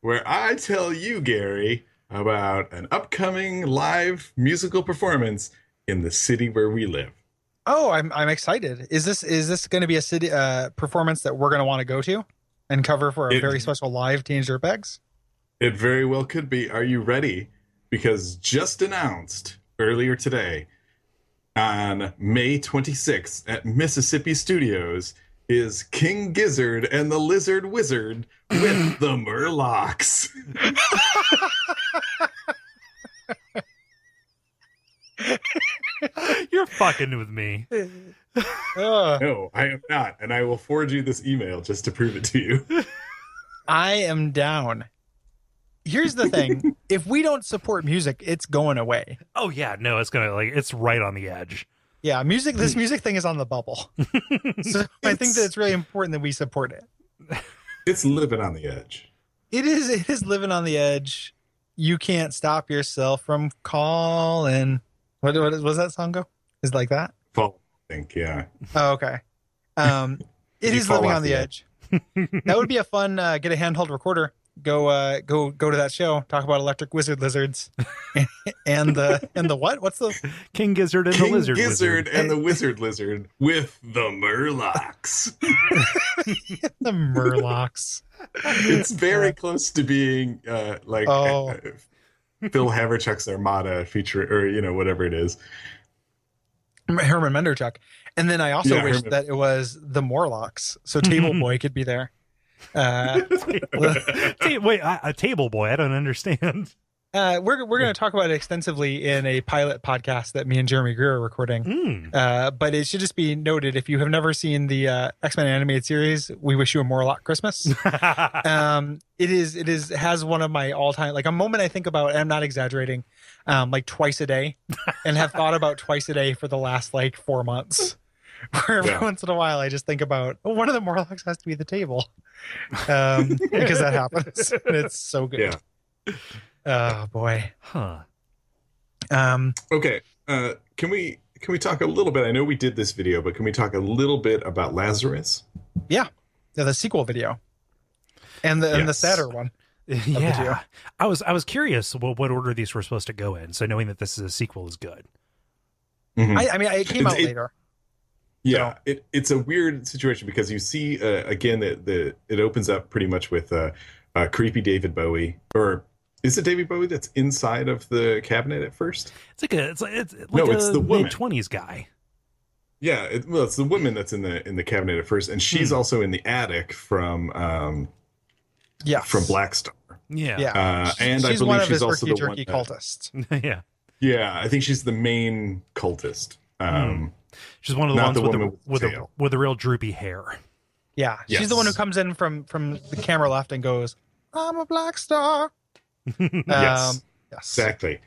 Where I tell you, Gary, about an upcoming live musical performance in the city where we live. Oh, I'm I'm excited. Is this is this going to be a city uh, performance that we're going to want to go to and cover for a It- very special live Teenage Dirtbags? It very well could be. Are you ready? Because just announced earlier today on May 26th at Mississippi Studios is King Gizzard and the Lizard Wizard [CLEARS THROAT] with the Murlocs. [LAUGHS] You're fucking with me. Ugh. No, I am not. And I will forward you this email just to prove it to you. [LAUGHS] I am down. Here's the [LAUGHS] thing: if we don't support music, it's going away. Oh yeah, no, it's gonna like it's right on the edge. Yeah, music. This music thing is on the [LAUGHS] bubble, so I think that it's really important that we support it. It's living on the edge. It is. It is living on the edge. You can't stop yourself from calling. What what was that song go? Is it like that? Fall, I think, yeah. Oh, okay. [LAUGHS] Um, it You is fall living off on the the edge. that [LAUGHS] would be a fun uh, get a handheld recorder. Go uh, go go to that show. Talk about electric wizard lizards [LAUGHS] and the and the what? What's the King Gizzard and King the Lizard Gizzard Wizard. and the Wizard Lizard with the Murlocs. the Murlocs? it's very close to being uh like Oh. uh, Phil Haverchuck's Armada feature or you know whatever it is. Herman Menderchuk. And then I also Yeah, wish Herman. that it was the Morlocks, so Table Boy could be there. [LAUGHS] Uh, [LAUGHS] Ta- Wait, I, a table boy. I don't understand. [LAUGHS] uh, we're we're going to talk about it extensively in a pilot podcast that me and Jeremy Greer are recording. Hmm. [LAUGHS] Uh, but it should just be noted if you have never seen the uh, X Men animated series, we wish you a Morlock [LAUGHS] Christmas. um it is it is has one of my all-time like a moment i think about and i'm not exaggerating um like twice a day and have thought about twice a day for the last like four months [LAUGHS] where every Yeah. once in a while i just think about oh, one of the morlocks has to be the table um because that [LAUGHS] happens and it's so good oh boy huh. um Okay. Uh can we can we talk a little bit? I know we did this video, but can we talk a little bit about Lazarus? yeah, the sequel video and the and the Yes. sadder one Yeah, video. I was I was curious what what order these were supposed to go in. So knowing that this is a sequel is good. i i mean it came out It- it- later Yeah, it, it's a weird situation because you see uh, again that the it opens up pretty much with uh, uh, creepy David Bowie or is it David Bowie that's inside of the cabinet at first? It's like a it's like, it's like No, a it's the woman. mid twenties guy. Yeah, it, well, it's the woman that's in the in the cabinet at first, and she's also in the attic from um, yeah from Black Star. Yeah, yeah Uh, and I she's believe one of she's his also herky the one jerky that- cultists [LAUGHS] yeah. Yeah, I think she's the main cultist. Um, She's one of the Not ones the with woman the with the with the tail. with the real droopy [LAUGHS] hair. Yeah, she's the one who Yes. comes in from from the camera left and goes, "I'm a black star." [LAUGHS] um, Yes. yes. Exactly.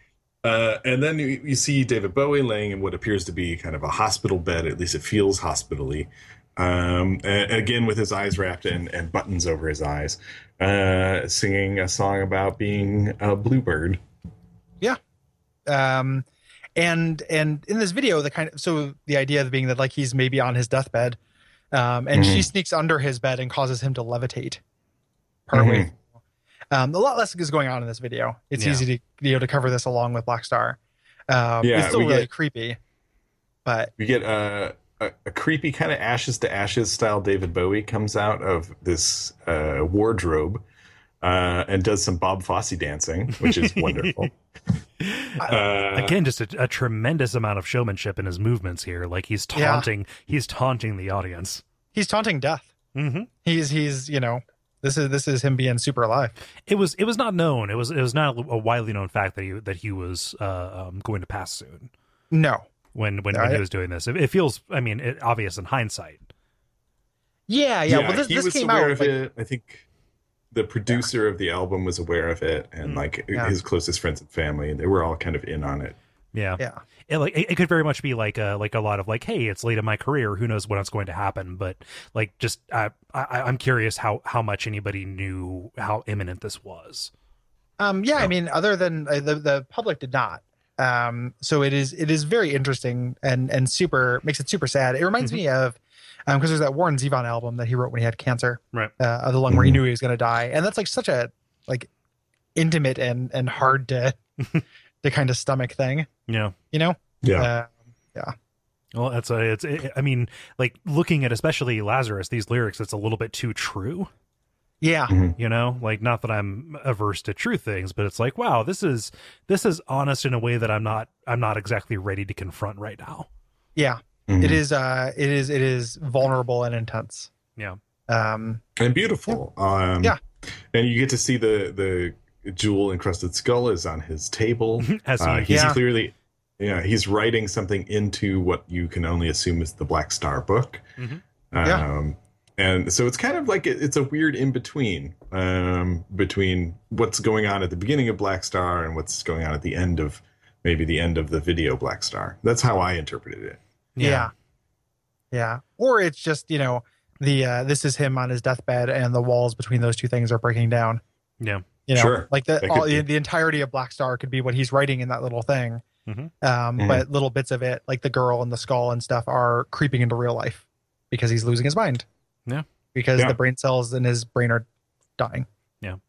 Uh, and then you, you see David Bowie laying in what appears to be kind of a hospital bed. At least it feels hospitally. Um, a- again, with his eyes wrapped and, and buttons over his eyes, uh, singing a song about being a bluebird. Um, and and in this video, the kind of so the idea of being that like he's maybe on his deathbed, um, and Mm-hmm. she sneaks under his bed and causes him to levitate. Partway. Mhm. Um, a lot less is going on in this video. It's Yeah. easy to you know to cover this along with Black Star. Um, Yeah, it's still we really get- creepy, but We get uh, a, a creepy kind of ashes to ashes style David Bowie comes out of this uh, wardrobe uh, and does some Bob Fosse dancing, [LAUGHS] which is wonderful. Uh, Again, just a, a tremendous amount of showmanship in his movements here. Like he's Yeah. taunting, he's taunting the audience. he's taunting death. Mm-hmm. hmm He's he's you know this is this is him being super alive. It was it was not known. It was it was not a widely known fact that he that he was uh, um, going to pass soon No, when when, when I- he was doing this. It, it feels, I mean, it, obvious in hindsight. Yeah, yeah. well, this, he this was came aware out. of like- it. I think the producer of the album was aware of it, and like Mm, Yeah. his closest friends and family, they were all kind of in on it. Yeah, Yeah, It, like it, it could very much be like a like a lot of like, hey, it's late in my career. Who knows when it's going to happen? But like, just I, I I'm curious how how much anybody knew how imminent this was. um, yeah. I mean, other than uh, the the public did not. Um, so it is it is very interesting and and super makes it super sad. It reminds me of um because there's that Warren Zevon album that he wrote when he had cancer Right. uh, of the lung where he knew he was going to die, and that's like such a like intimate and and hard [LAUGHS] to to kind of stomach thing. Yeah. You know. Yeah. Uh, Well, that's a, it's. It, I mean, like looking at especially Lazarus, these lyrics, it's a little bit too true. yeah. You know, like not that I'm averse to true things, but it's like, wow, this is this is honest in a way that I'm not. I'm not exactly ready to confront right now. [LAUGHS] Yeah. Mm-hmm. It Mm. is. Uh. It is. It is vulnerable and intense. Yeah. Um. and beautiful. Um, Yeah. and you get to see the the jewel encrusted skull is on his table. As Uh, he- he's Yeah. clearly, yeah, he's writing something into what you can only assume is the Black Star book. Mhm. Yeah. Um, and so it's kind of like it, it's a weird in between um, between what's going on at the beginning of Black Star and what's going on at the end of maybe the end of the video Black Star. That's how I interpreted it. Yeah. yeah. Or it's just you know the uh, this is him on his deathbed and the walls between those two things are breaking down. Yeah. You know, Sure. like the That all, could be. the, the entirety of Black Star could be what he's writing in that little thing. Mhm. Um, Mhm. But little bits of it, like the girl and the skull and stuff, are creeping into real life because he's losing his mind. Yeah. Because Yeah. the brain cells in his brain are dying. Um,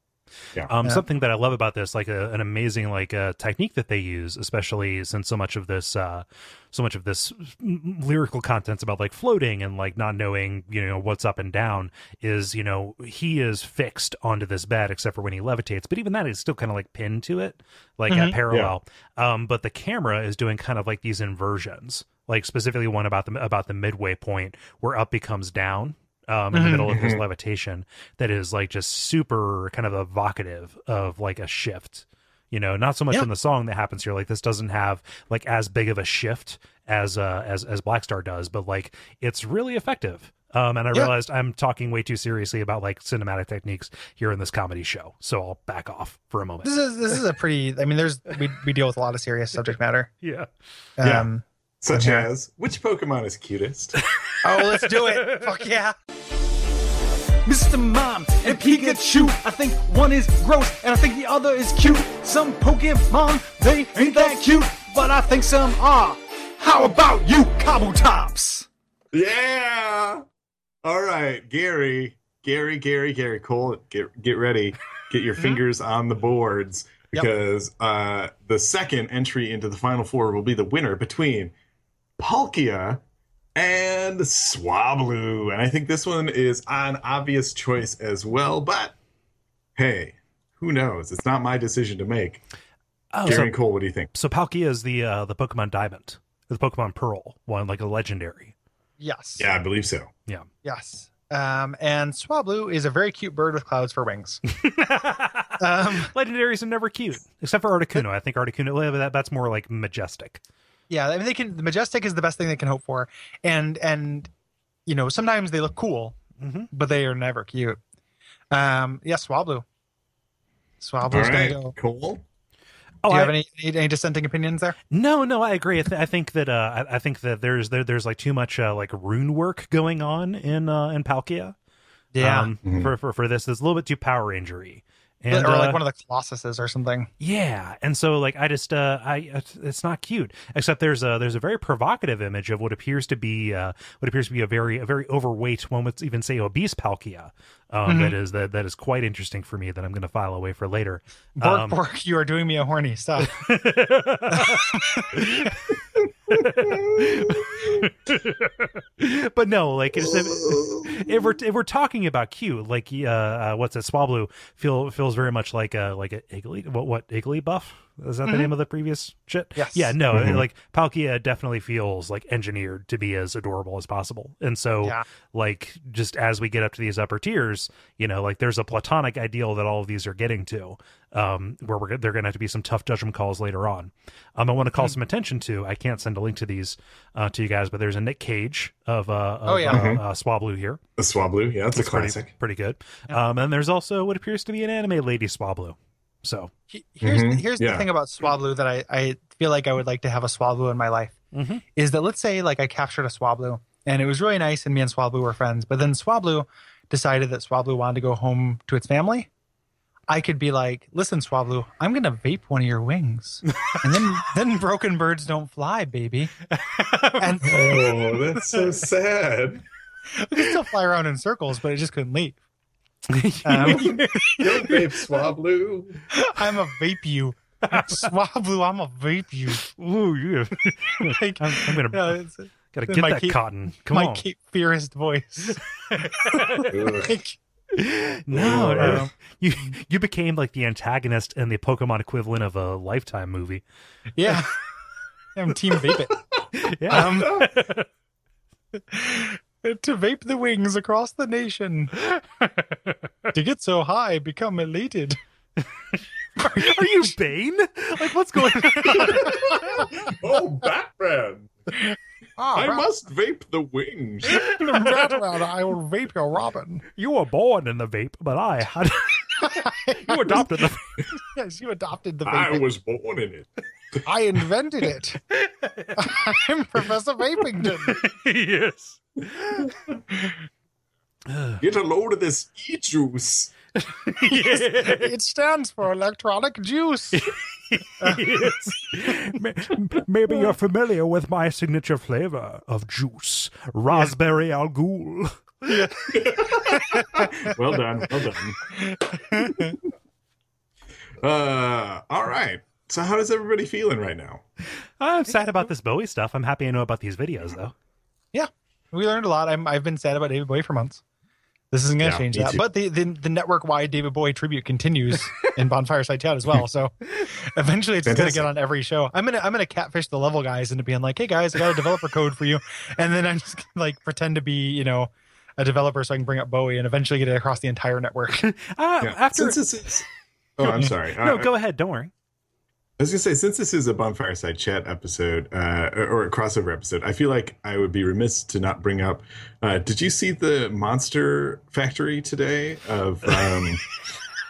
Yeah. Something that I love about this, like a, an amazing like uh, technique that they use, especially since so much of this, uh, so much of this mm, lyrical content's about like floating and like not knowing, you know, what's up and down. Is you know he is fixed onto this bed except for when he levitates, but even that is still kind of like pinned to it, like at Mhm. parallel. Um, but the camera is doing kind of like these inversions, like specifically one about the about the midway point where up becomes down. Um, in the Mhm. middle of his Mhm. levitation, that is like just super kind of evocative of like a shift you know not so much Yeah. in the song that happens here like this doesn't have like as big of a shift as uh as as black star does but like it's really effective um and i Yeah. realized i'm talking way too seriously about like cinematic techniques here in this comedy show so i'll back off for a moment This is this is a pretty. I mean, there's we we deal with a lot of serious subject matter. yeah Yeah. Um, Such Yeah. as which Pokemon is cutest? Oh, let's do [LAUGHS] it! Fuck yeah! Mr. Mom and Pikachu. I think one is gross and I think the other is cute. Some Pokemon, they ain't that cute, but I think some are. How about you, Cobbletop's? Yeah. All right, Gary, Gary, Gary, Gary, Cole, get get ready. Get your fingers on the boards Yep. because uh, the second entry into the final four will be the winner between Palkia and Swablu. And I think this one is an obvious choice as well, but hey, who knows? It's not my decision to make. oh, Gary so, and Cole, what do you think? so palkia is the uh the pokemon diamond the pokemon pearl one like a legendary [LAUGHS] Yes. Yeah, I believe so. Yes. Um, and Swablu is a very cute bird with clouds for [LAUGHS] wings. Um, legendaries are never cute except for articuno i think articuno yeah, but that, that's more like majestic Yeah, I mean they can the majestic is the best thing they can hope for. And and you know, sometimes they look cool, hmm but they are never cute. Um yeah, Swablu. All Swablu's right, gonna go. Cole. oh Do you I- have any, any any dissenting opinions there? No, no, I agree. I, th- I think that uh, I, I think that there's there, there's like too much uh, like rune work going on in uh, in Palkia. um, Mhm. for, for for this, it's a little bit too Power Injury, and Mm-hmm. or like uh, one of the Colossuses or something. yeah, and so like I just uh, I it's not cute. Except there's a there's a very provocative image of what appears to be uh, what appears to be a very a very overweight one would even say obese Palkia. Um, Mhm. that is that that is quite interesting for me that I'm going to file away for later. Bork Um, Bork, you are doing me a horny stop. [LAUGHS] but no, like it's, if we're if we're talking about Q, like uh, uh what's it? Swablu feel feels very much like a like a Iggly. What what Iggly buff? Is that the name of the previous shit? Mm-hmm. Yes. Yeah. No. Mhm. Like Palkia definitely feels like engineered to be as adorable as possible, and so Yeah. like just as we get up to these upper tiers, you know, like there's a platonic ideal that all of these are getting to, um, where we're they're going to have to be some tough judgment calls later on. Um, I want to call Hmm. some attention to. I can't send a link to these uh, to you guys, but there's a Nick Cage of uh, of, Oh, yeah. uh, Mhm. uh, Swablu here. A Swablu. Yeah, that's, a pretty- classic. pretty, good. Um, and there's also what appears to be an anime lady Swablu. [LAUGHS] So He- Here's Mhm. here's Yeah. the thing about Swablu that I, I feel like I would like to have a Swablu in my life Mhm. is that let's say like I captured a Swablu and it was really nice and me and Swablu were friends, but then Swablu decided that Swablu wanted to go home to its family. I could be like, listen, Swablu, I'm gonna vape one of your wings, and then then broken birds don't fly, baby, and we [LAUGHS] Oh, that's so sad. could still fly around in circles, but it just couldn't leave. uh, Um, Yo, babe, Swablu. I'm a vape you. Swablu, I'm a vape you. Ooh, yeah. [LAUGHS] Like, I'm, I'm gonna yeah, it's- gotta get my that key- cotton. Come my on. Kate Fearest voice. Like, [LAUGHS] um, No, Ugh. no. you you became like the antagonist and the Pokemon equivalent of a Lifetime movie. yeah. I'm team vape it. Yeah, Um, [LAUGHS] to vape the wings across the [LAUGHS] nation. to get so high, become elated. [LAUGHS] are you Bane? Like, what's going? on? [LAUGHS] Oh, Batman! I Ah, must vape the wings. Robin, Batman, I will vape your Robin. you were born in the vape, but [LAUGHS] I had [LAUGHS] you adopted the. [LAUGHS] Yes, you adopted the I vaping. was born in it. I invented [LAUGHS] it. [LAUGHS] I'm Professor Vapington. yes. Get a load of this e juice. yes. It stands for electronic juice. Ma- m- Maybe you're familiar with my signature flavor of juice, raspberry al ghul. Well done. Well done. [LAUGHS] Uh, all right. So, how is everybody feeling right now? I'm sad about this Bowie stuff. I'm happy I know about these videos, though. We learned a lot. I'm, I've been sad about David Bowie for months. This isn't going to Yeah, change me that. too. But the, the, the network wide David Bowie tribute continues in Bonfire Side Chat as well. So eventually it's just going to Fantastic. get on every show. I'm gonna I'm gonna catfish the level guys into being like, hey guys, I got a developer code for you, and then I'm just gonna, like pretend to be you know a developer so I can bring up Bowie and eventually get it across the entire network. Uh, Yeah. After Since this [LAUGHS] is- oh, I'm sorry. no, Uh, go ahead. Don't worry. I was gonna say, since this is a bonfire side chat episode uh, or a crossover episode, I feel like I would be remiss to not bring up. Uh, did you see the Monster Factory today of um,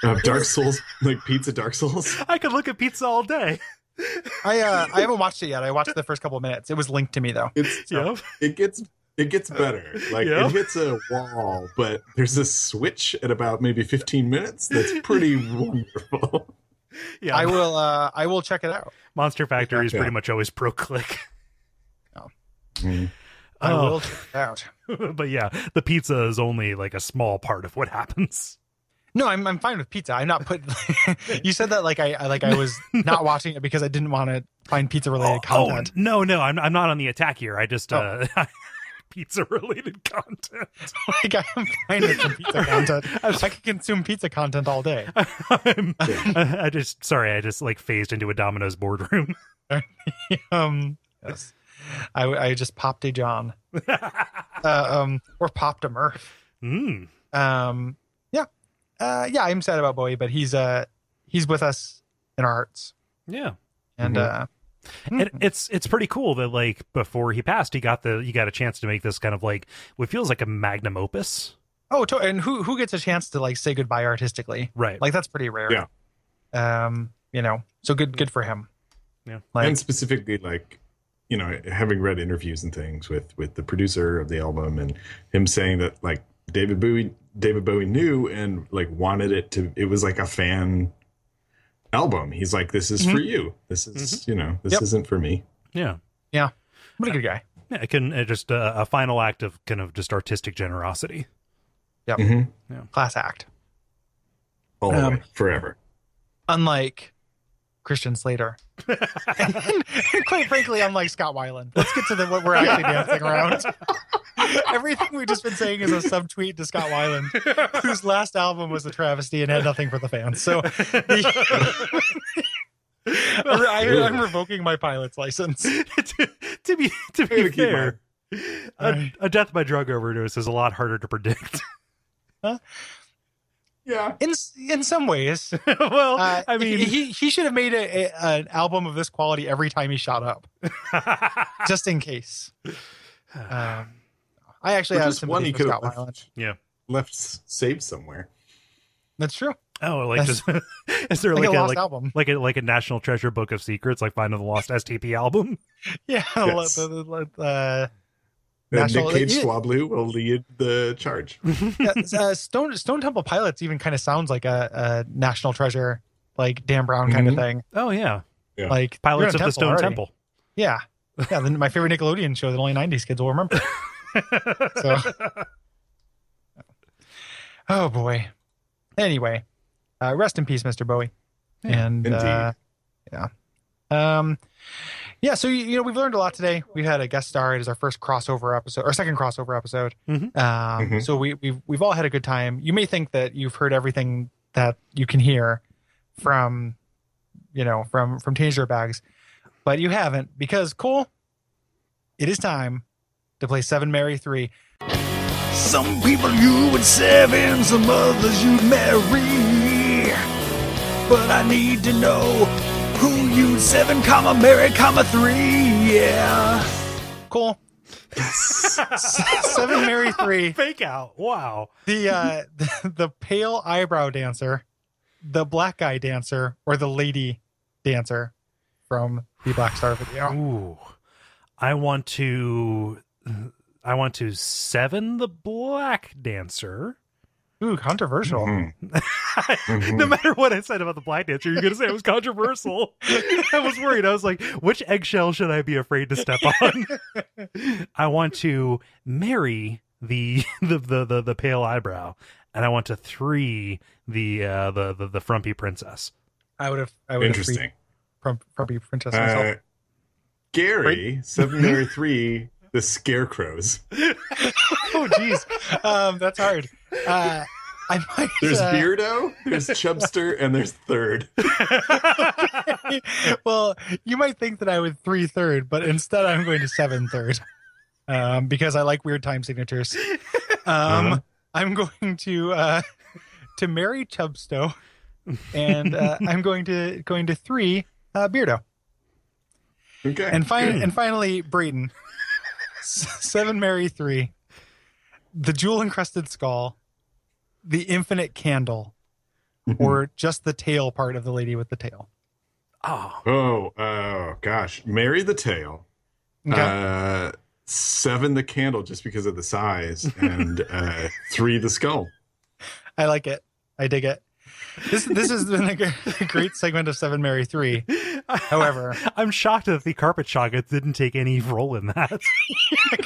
of Dark Souls, like Pizza Dark [LAUGHS] Souls? I could look at pizza all [LAUGHS] day. I uh, I haven't watched it yet. I watched the first couple of minutes. It was linked to me though. It's Yep. it gets it gets better. Like Yeah. it hits a wall, but there's a switch at about maybe 15 minutes. That's pretty wonderful. Yeah. I will uh, I will check it out. Monster Factory is Yeah. pretty much always pro click. I Oh. will check it out. [LAUGHS] but yeah, the pizza is only like a small part of what happens. No, I'm I'm fine with pizza. I'm not put. [LAUGHS] you said that like I, I like I was not watching it because I didn't want to find pizza related content. [LAUGHS] Oh, no, no, I'm I'm not on the attack here. I just Oh. uh, [LAUGHS] pizza related content. Like I'm fine with some pizza content. I could consume pizza content all day. I'm- [LAUGHS] I I just sorry, I just like phased into a Domino's boardroom. [LAUGHS] Um, yes, I I just popped a John, uh, um, or popped a Murph. mm. Um, yeah, uh, yeah. I'm sad about Bowie, but he's uh he's with us in our hearts, Yeah. and uh, it, it's it's pretty cool that like before he passed, he got the you got a chance to make this kind of like what feels like a magnum opus, oh, to- and who who gets a chance to like say goodbye artistically? right? Like that's pretty rare. Yeah. Um, you know, so good good for him. Yeah. Like and specifically like you know having read interviews and things with with the producer of the album and him saying that like david bowie david bowie knew and like wanted it to it was like a fan album he's like this is for you this is you know this Yep. isn't for me yeah. what a good guy. Yeah, it can uh, just uh, a final act of kind of just artistic generosity. [LAUGHS] Mhm. Class act. all the Um, way, forever Unlike Christian [LAUGHS] Slater. [LAUGHS] and quite frankly, unlike Scott Weiland. Let's get to the what we're actually dancing around. [LAUGHS] Everything we've just been saying is a subtweet to Scott Weiland, whose last album was a travesty and had nothing for the fans. [LAUGHS] So the- I, am revoking my pilot's license. to, to be to I'm be gonna keep fair, a, a death by drug overdose is a lot harder to predict. [LAUGHS] yeah In in some ways, well, Uh, [LAUGHS] I mean, he he should have made a, a, an album of this quality every time he shot up, just in case. Um, I actually Or have just one sympathy he for could Scott have Weiland. left, yeah. left s- saved somewhere That's true. [LAUGHS] Oh, like That's- just is [LAUGHS] there Like, a like a, lost like, album. [LAUGHS] like a like a national treasure book of secrets, like finding the lost STP album? Yeah. Yes. the- the- the- uh, and National- Nick Cage yeah. Swablu will lead the charge. yeah, uh, Stone Stone Temple Pilots even kind of sounds like a, a National Treasure, like Dan Brown kind Mhm. of thing. [LAUGHS] Oh yeah, Yeah. Like Pilots of you're in the a Stone already. Temple. Yeah. Yeah. Then my favorite Nickelodeon show that only 90s kids will remember. so. Oh boy. Anyway, uh, rest in peace, Mr. Bowie. and Indeed. uh, yeah, um, yeah. So you, you know, we've learned a lot today. We've had a guest star. It is our first crossover episode, or second crossover episode. Mhm. Um, Mhm. So we, we've we've all had a good time. You may think that you've heard everything that you can hear from, you know, from from Teenage Dirtbags, but you haven't because Cole, it is time to play Seven Mary Three. Some people you would seven, some others you'd marry. But I need to know who you seven, comma, marry, comma, three. Yeah. Cole, Seven Mary Three. Fake out. Wow. the uh [LAUGHS] the, the pale eyebrow dancer the black eye dancer or the lady dancer from the black star video Ooh. I want to I want to seven the black dancer. ooh controversial Mhm. [LAUGHS] Mm-hmm. no matter what I said about the black dancer, you're gonna say it was controversial. [LAUGHS] I was worried. I was like, which eggshell should I be afraid to step on? [LAUGHS] I want to marry the [LAUGHS] the the the, the pale eyebrow, and I want to three the uh the the, the frumpy princess. i would have i would have Interesting. free, from probably princess Uh, myself [LAUGHS] Gary, Seven Mary Three, the Scarecrows. oh [LAUGHS] jeez um that's hard uh i might There's uh, Beardo, [LAUGHS] there's Chubster, and there's Third. [LAUGHS] well you might think that i would three third but instead i'm going to seven third um because i like weird time signatures um Uh-huh. i'm going to uh to marry chubstow and uh, i'm going to going to three uh beardo Okay. and fin- and finally braden S- seven marry three the jewel encrusted skull the infinite candle or just the tail part of the lady with the tail Oh, oh, oh gosh, Mary the Tail, okay uh, Seven the Candle, just because of [LAUGHS] the size, and uh, Three the Skull. I like it. I dig it. This this has been a gr- [LAUGHS] a great segment of Seven Mary Three. However, I'm shocked that the carpet shotgun didn't take any role in that.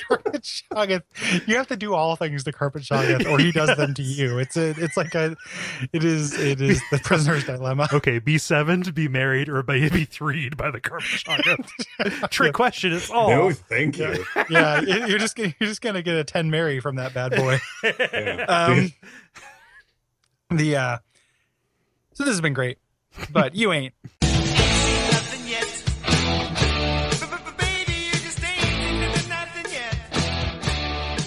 Carpet Shoggoth, you have to do all things to Carpet Shoggoth, or he does them to you. It's a it's like a it is it is the prisoner's dilemma. [LAUGHS] Okay, be sevened, be married, or be be threed by the carpet shotgun. [LAUGHS] Trick question. It's Oh. all. No, [LAUGHS] thank you. Yeah, you- you're just gonna- you're just gonna get a ten Mary from that bad boy. Yeah. Um, the uh, so this has been great, but you ain't. Nothing yet. Baby, you just ain't into nothing yet.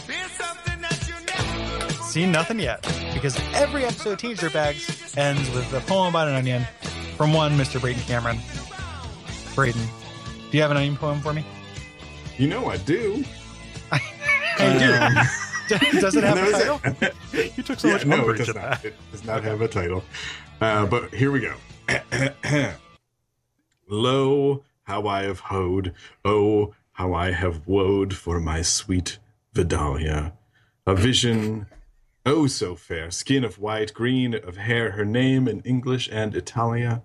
Here's something that you never could have seen nothing yet because every episode of Teenager Bags ends with a poem about an onion from one Mr. Brayton Cameron. Brayton, do you have an onion poem for me? You know I do. Um, I do. [LAUGHS] Does it have [LAUGHS] And a that title? was it. You took so Yeah, much no, it umbrage does at not. that. It does not have a title. Uh, but here we go. [CLEARS THROAT] Lo, how I have hoed. Oh, how I have woed for my sweet Vidalia. A vision, oh so fair, skin of white, green of hair, her name in English and Italia.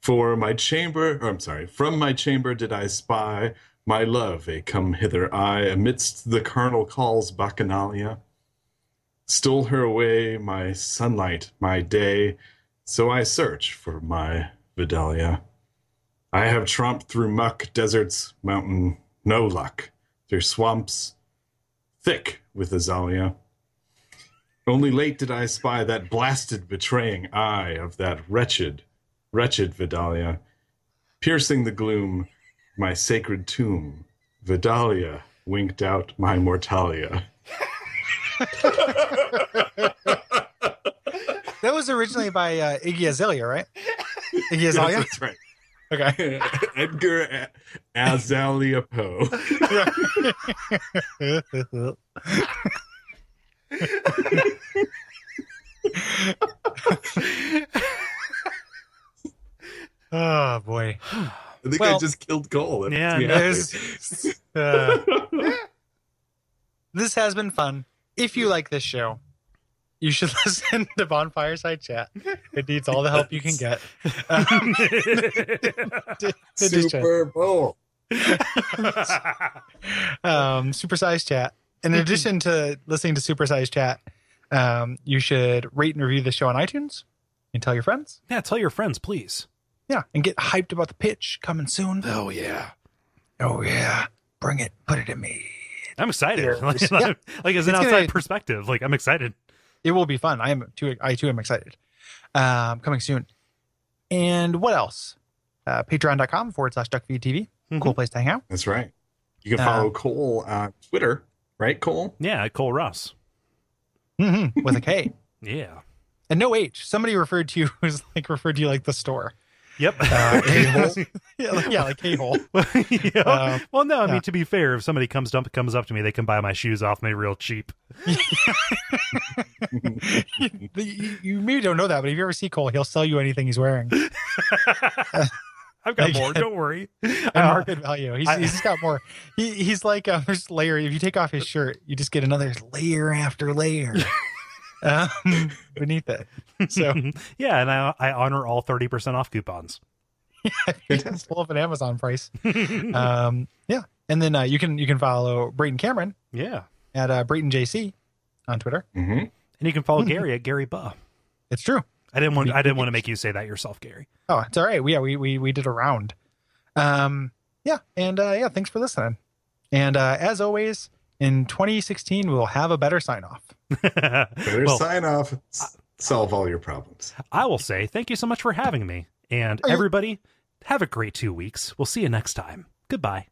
For my chamber, or I'm sorry, from my chamber did I spy my love, a come hither I, amidst the carnal calls bacchanalia stole her away my sunlight, my day, so I search for my Vidalia. I have tromped through muck, deserts, mountain, no luck, through swamps, thick with azalea. Only late did I spy that blasted, betraying eye of that wretched, wretched Vidalia, piercing the gloom, my sacred tomb. Vidalia winked out my mortalia. That was originally by uh, Iggy Azalea, right? Iggy Azalea? That's right. Okay. [LAUGHS] Edgar A- Azalea Poe. [LAUGHS] oh, boy. I think I Well- just killed Cole. That Yeah, makes me [LAUGHS] no, happy. Uh, this has been fun. If you like this show, you should [LAUGHS] listen to Bonfireside Chat. It needs all the help you can get. Um, to- to just chat. Super Bowl. um, Supersize Chat. In addition to listening to Supersize Chat, Um, you should rate and review the show on iTunes and tell your friends. [LAUGHS] Yeah, tell your friends, please. Yeah, and get hyped about the pitch coming soon. Oh yeah, Oh yeah, bring it, put it in me. I'm excited. Yeah. [LAUGHS] like, Yeah. like, as an It's outside gonna- perspective, like I'm excited. It will be fun. I am too. I too am excited. Um, coming soon. And what else? Uh, Patreon.com forward slash DuckFeedTV. Mhm. Cool place to hang out. That's right. You can follow Um, Cole on Twitter, right, [LAUGHS] Cole? Yeah, Cole Ross. Mhm, With a [LAUGHS] K Yeah. and no H. Somebody referred to you [LAUGHS] was like referred to you like the store. Yep. [LAUGHS] Uh, A-hole? Yeah, like, yeah, like a hole. Yeah. Uh, well, no, I yeah. mean to be fair, if somebody comes dump, comes up to me, they can buy my shoes off me real cheap. [LAUGHS] The- you, you maybe don't know that, but if you ever see Cole, he'll sell you anything he's wearing. I've [LAUGHS] got Like- more. Don't worry. at Uh, market value. He's, I- he's just got more. He, he's like um, there's layer. If you take off his shirt, you just get another layer after [LAUGHS] layer um, beneath it. So [LAUGHS] yeah, and I I honor all thirty percent off coupons. it's full of an Amazon price. Um, yeah, and then uh, you can you can follow Brayton Cameron Yeah, at uh, Brayton JC on Twitter. Mm-hmm. and you can Hmm. follow Gary at Gary Buh. It's true. I didn't want I didn't want to make you say that yourself, Gary. [LAUGHS] Oh, it's all right. We, yeah, we we we did a round. Um, yeah, and uh, yeah, thanks for listening. And uh, as always, in 2016, we'll have a better sign off. Better well, sign off. S- solve all your problems. I will say thank you so much for having me, and Are you- everybody have a great two weeks. We'll see you next time. Goodbye.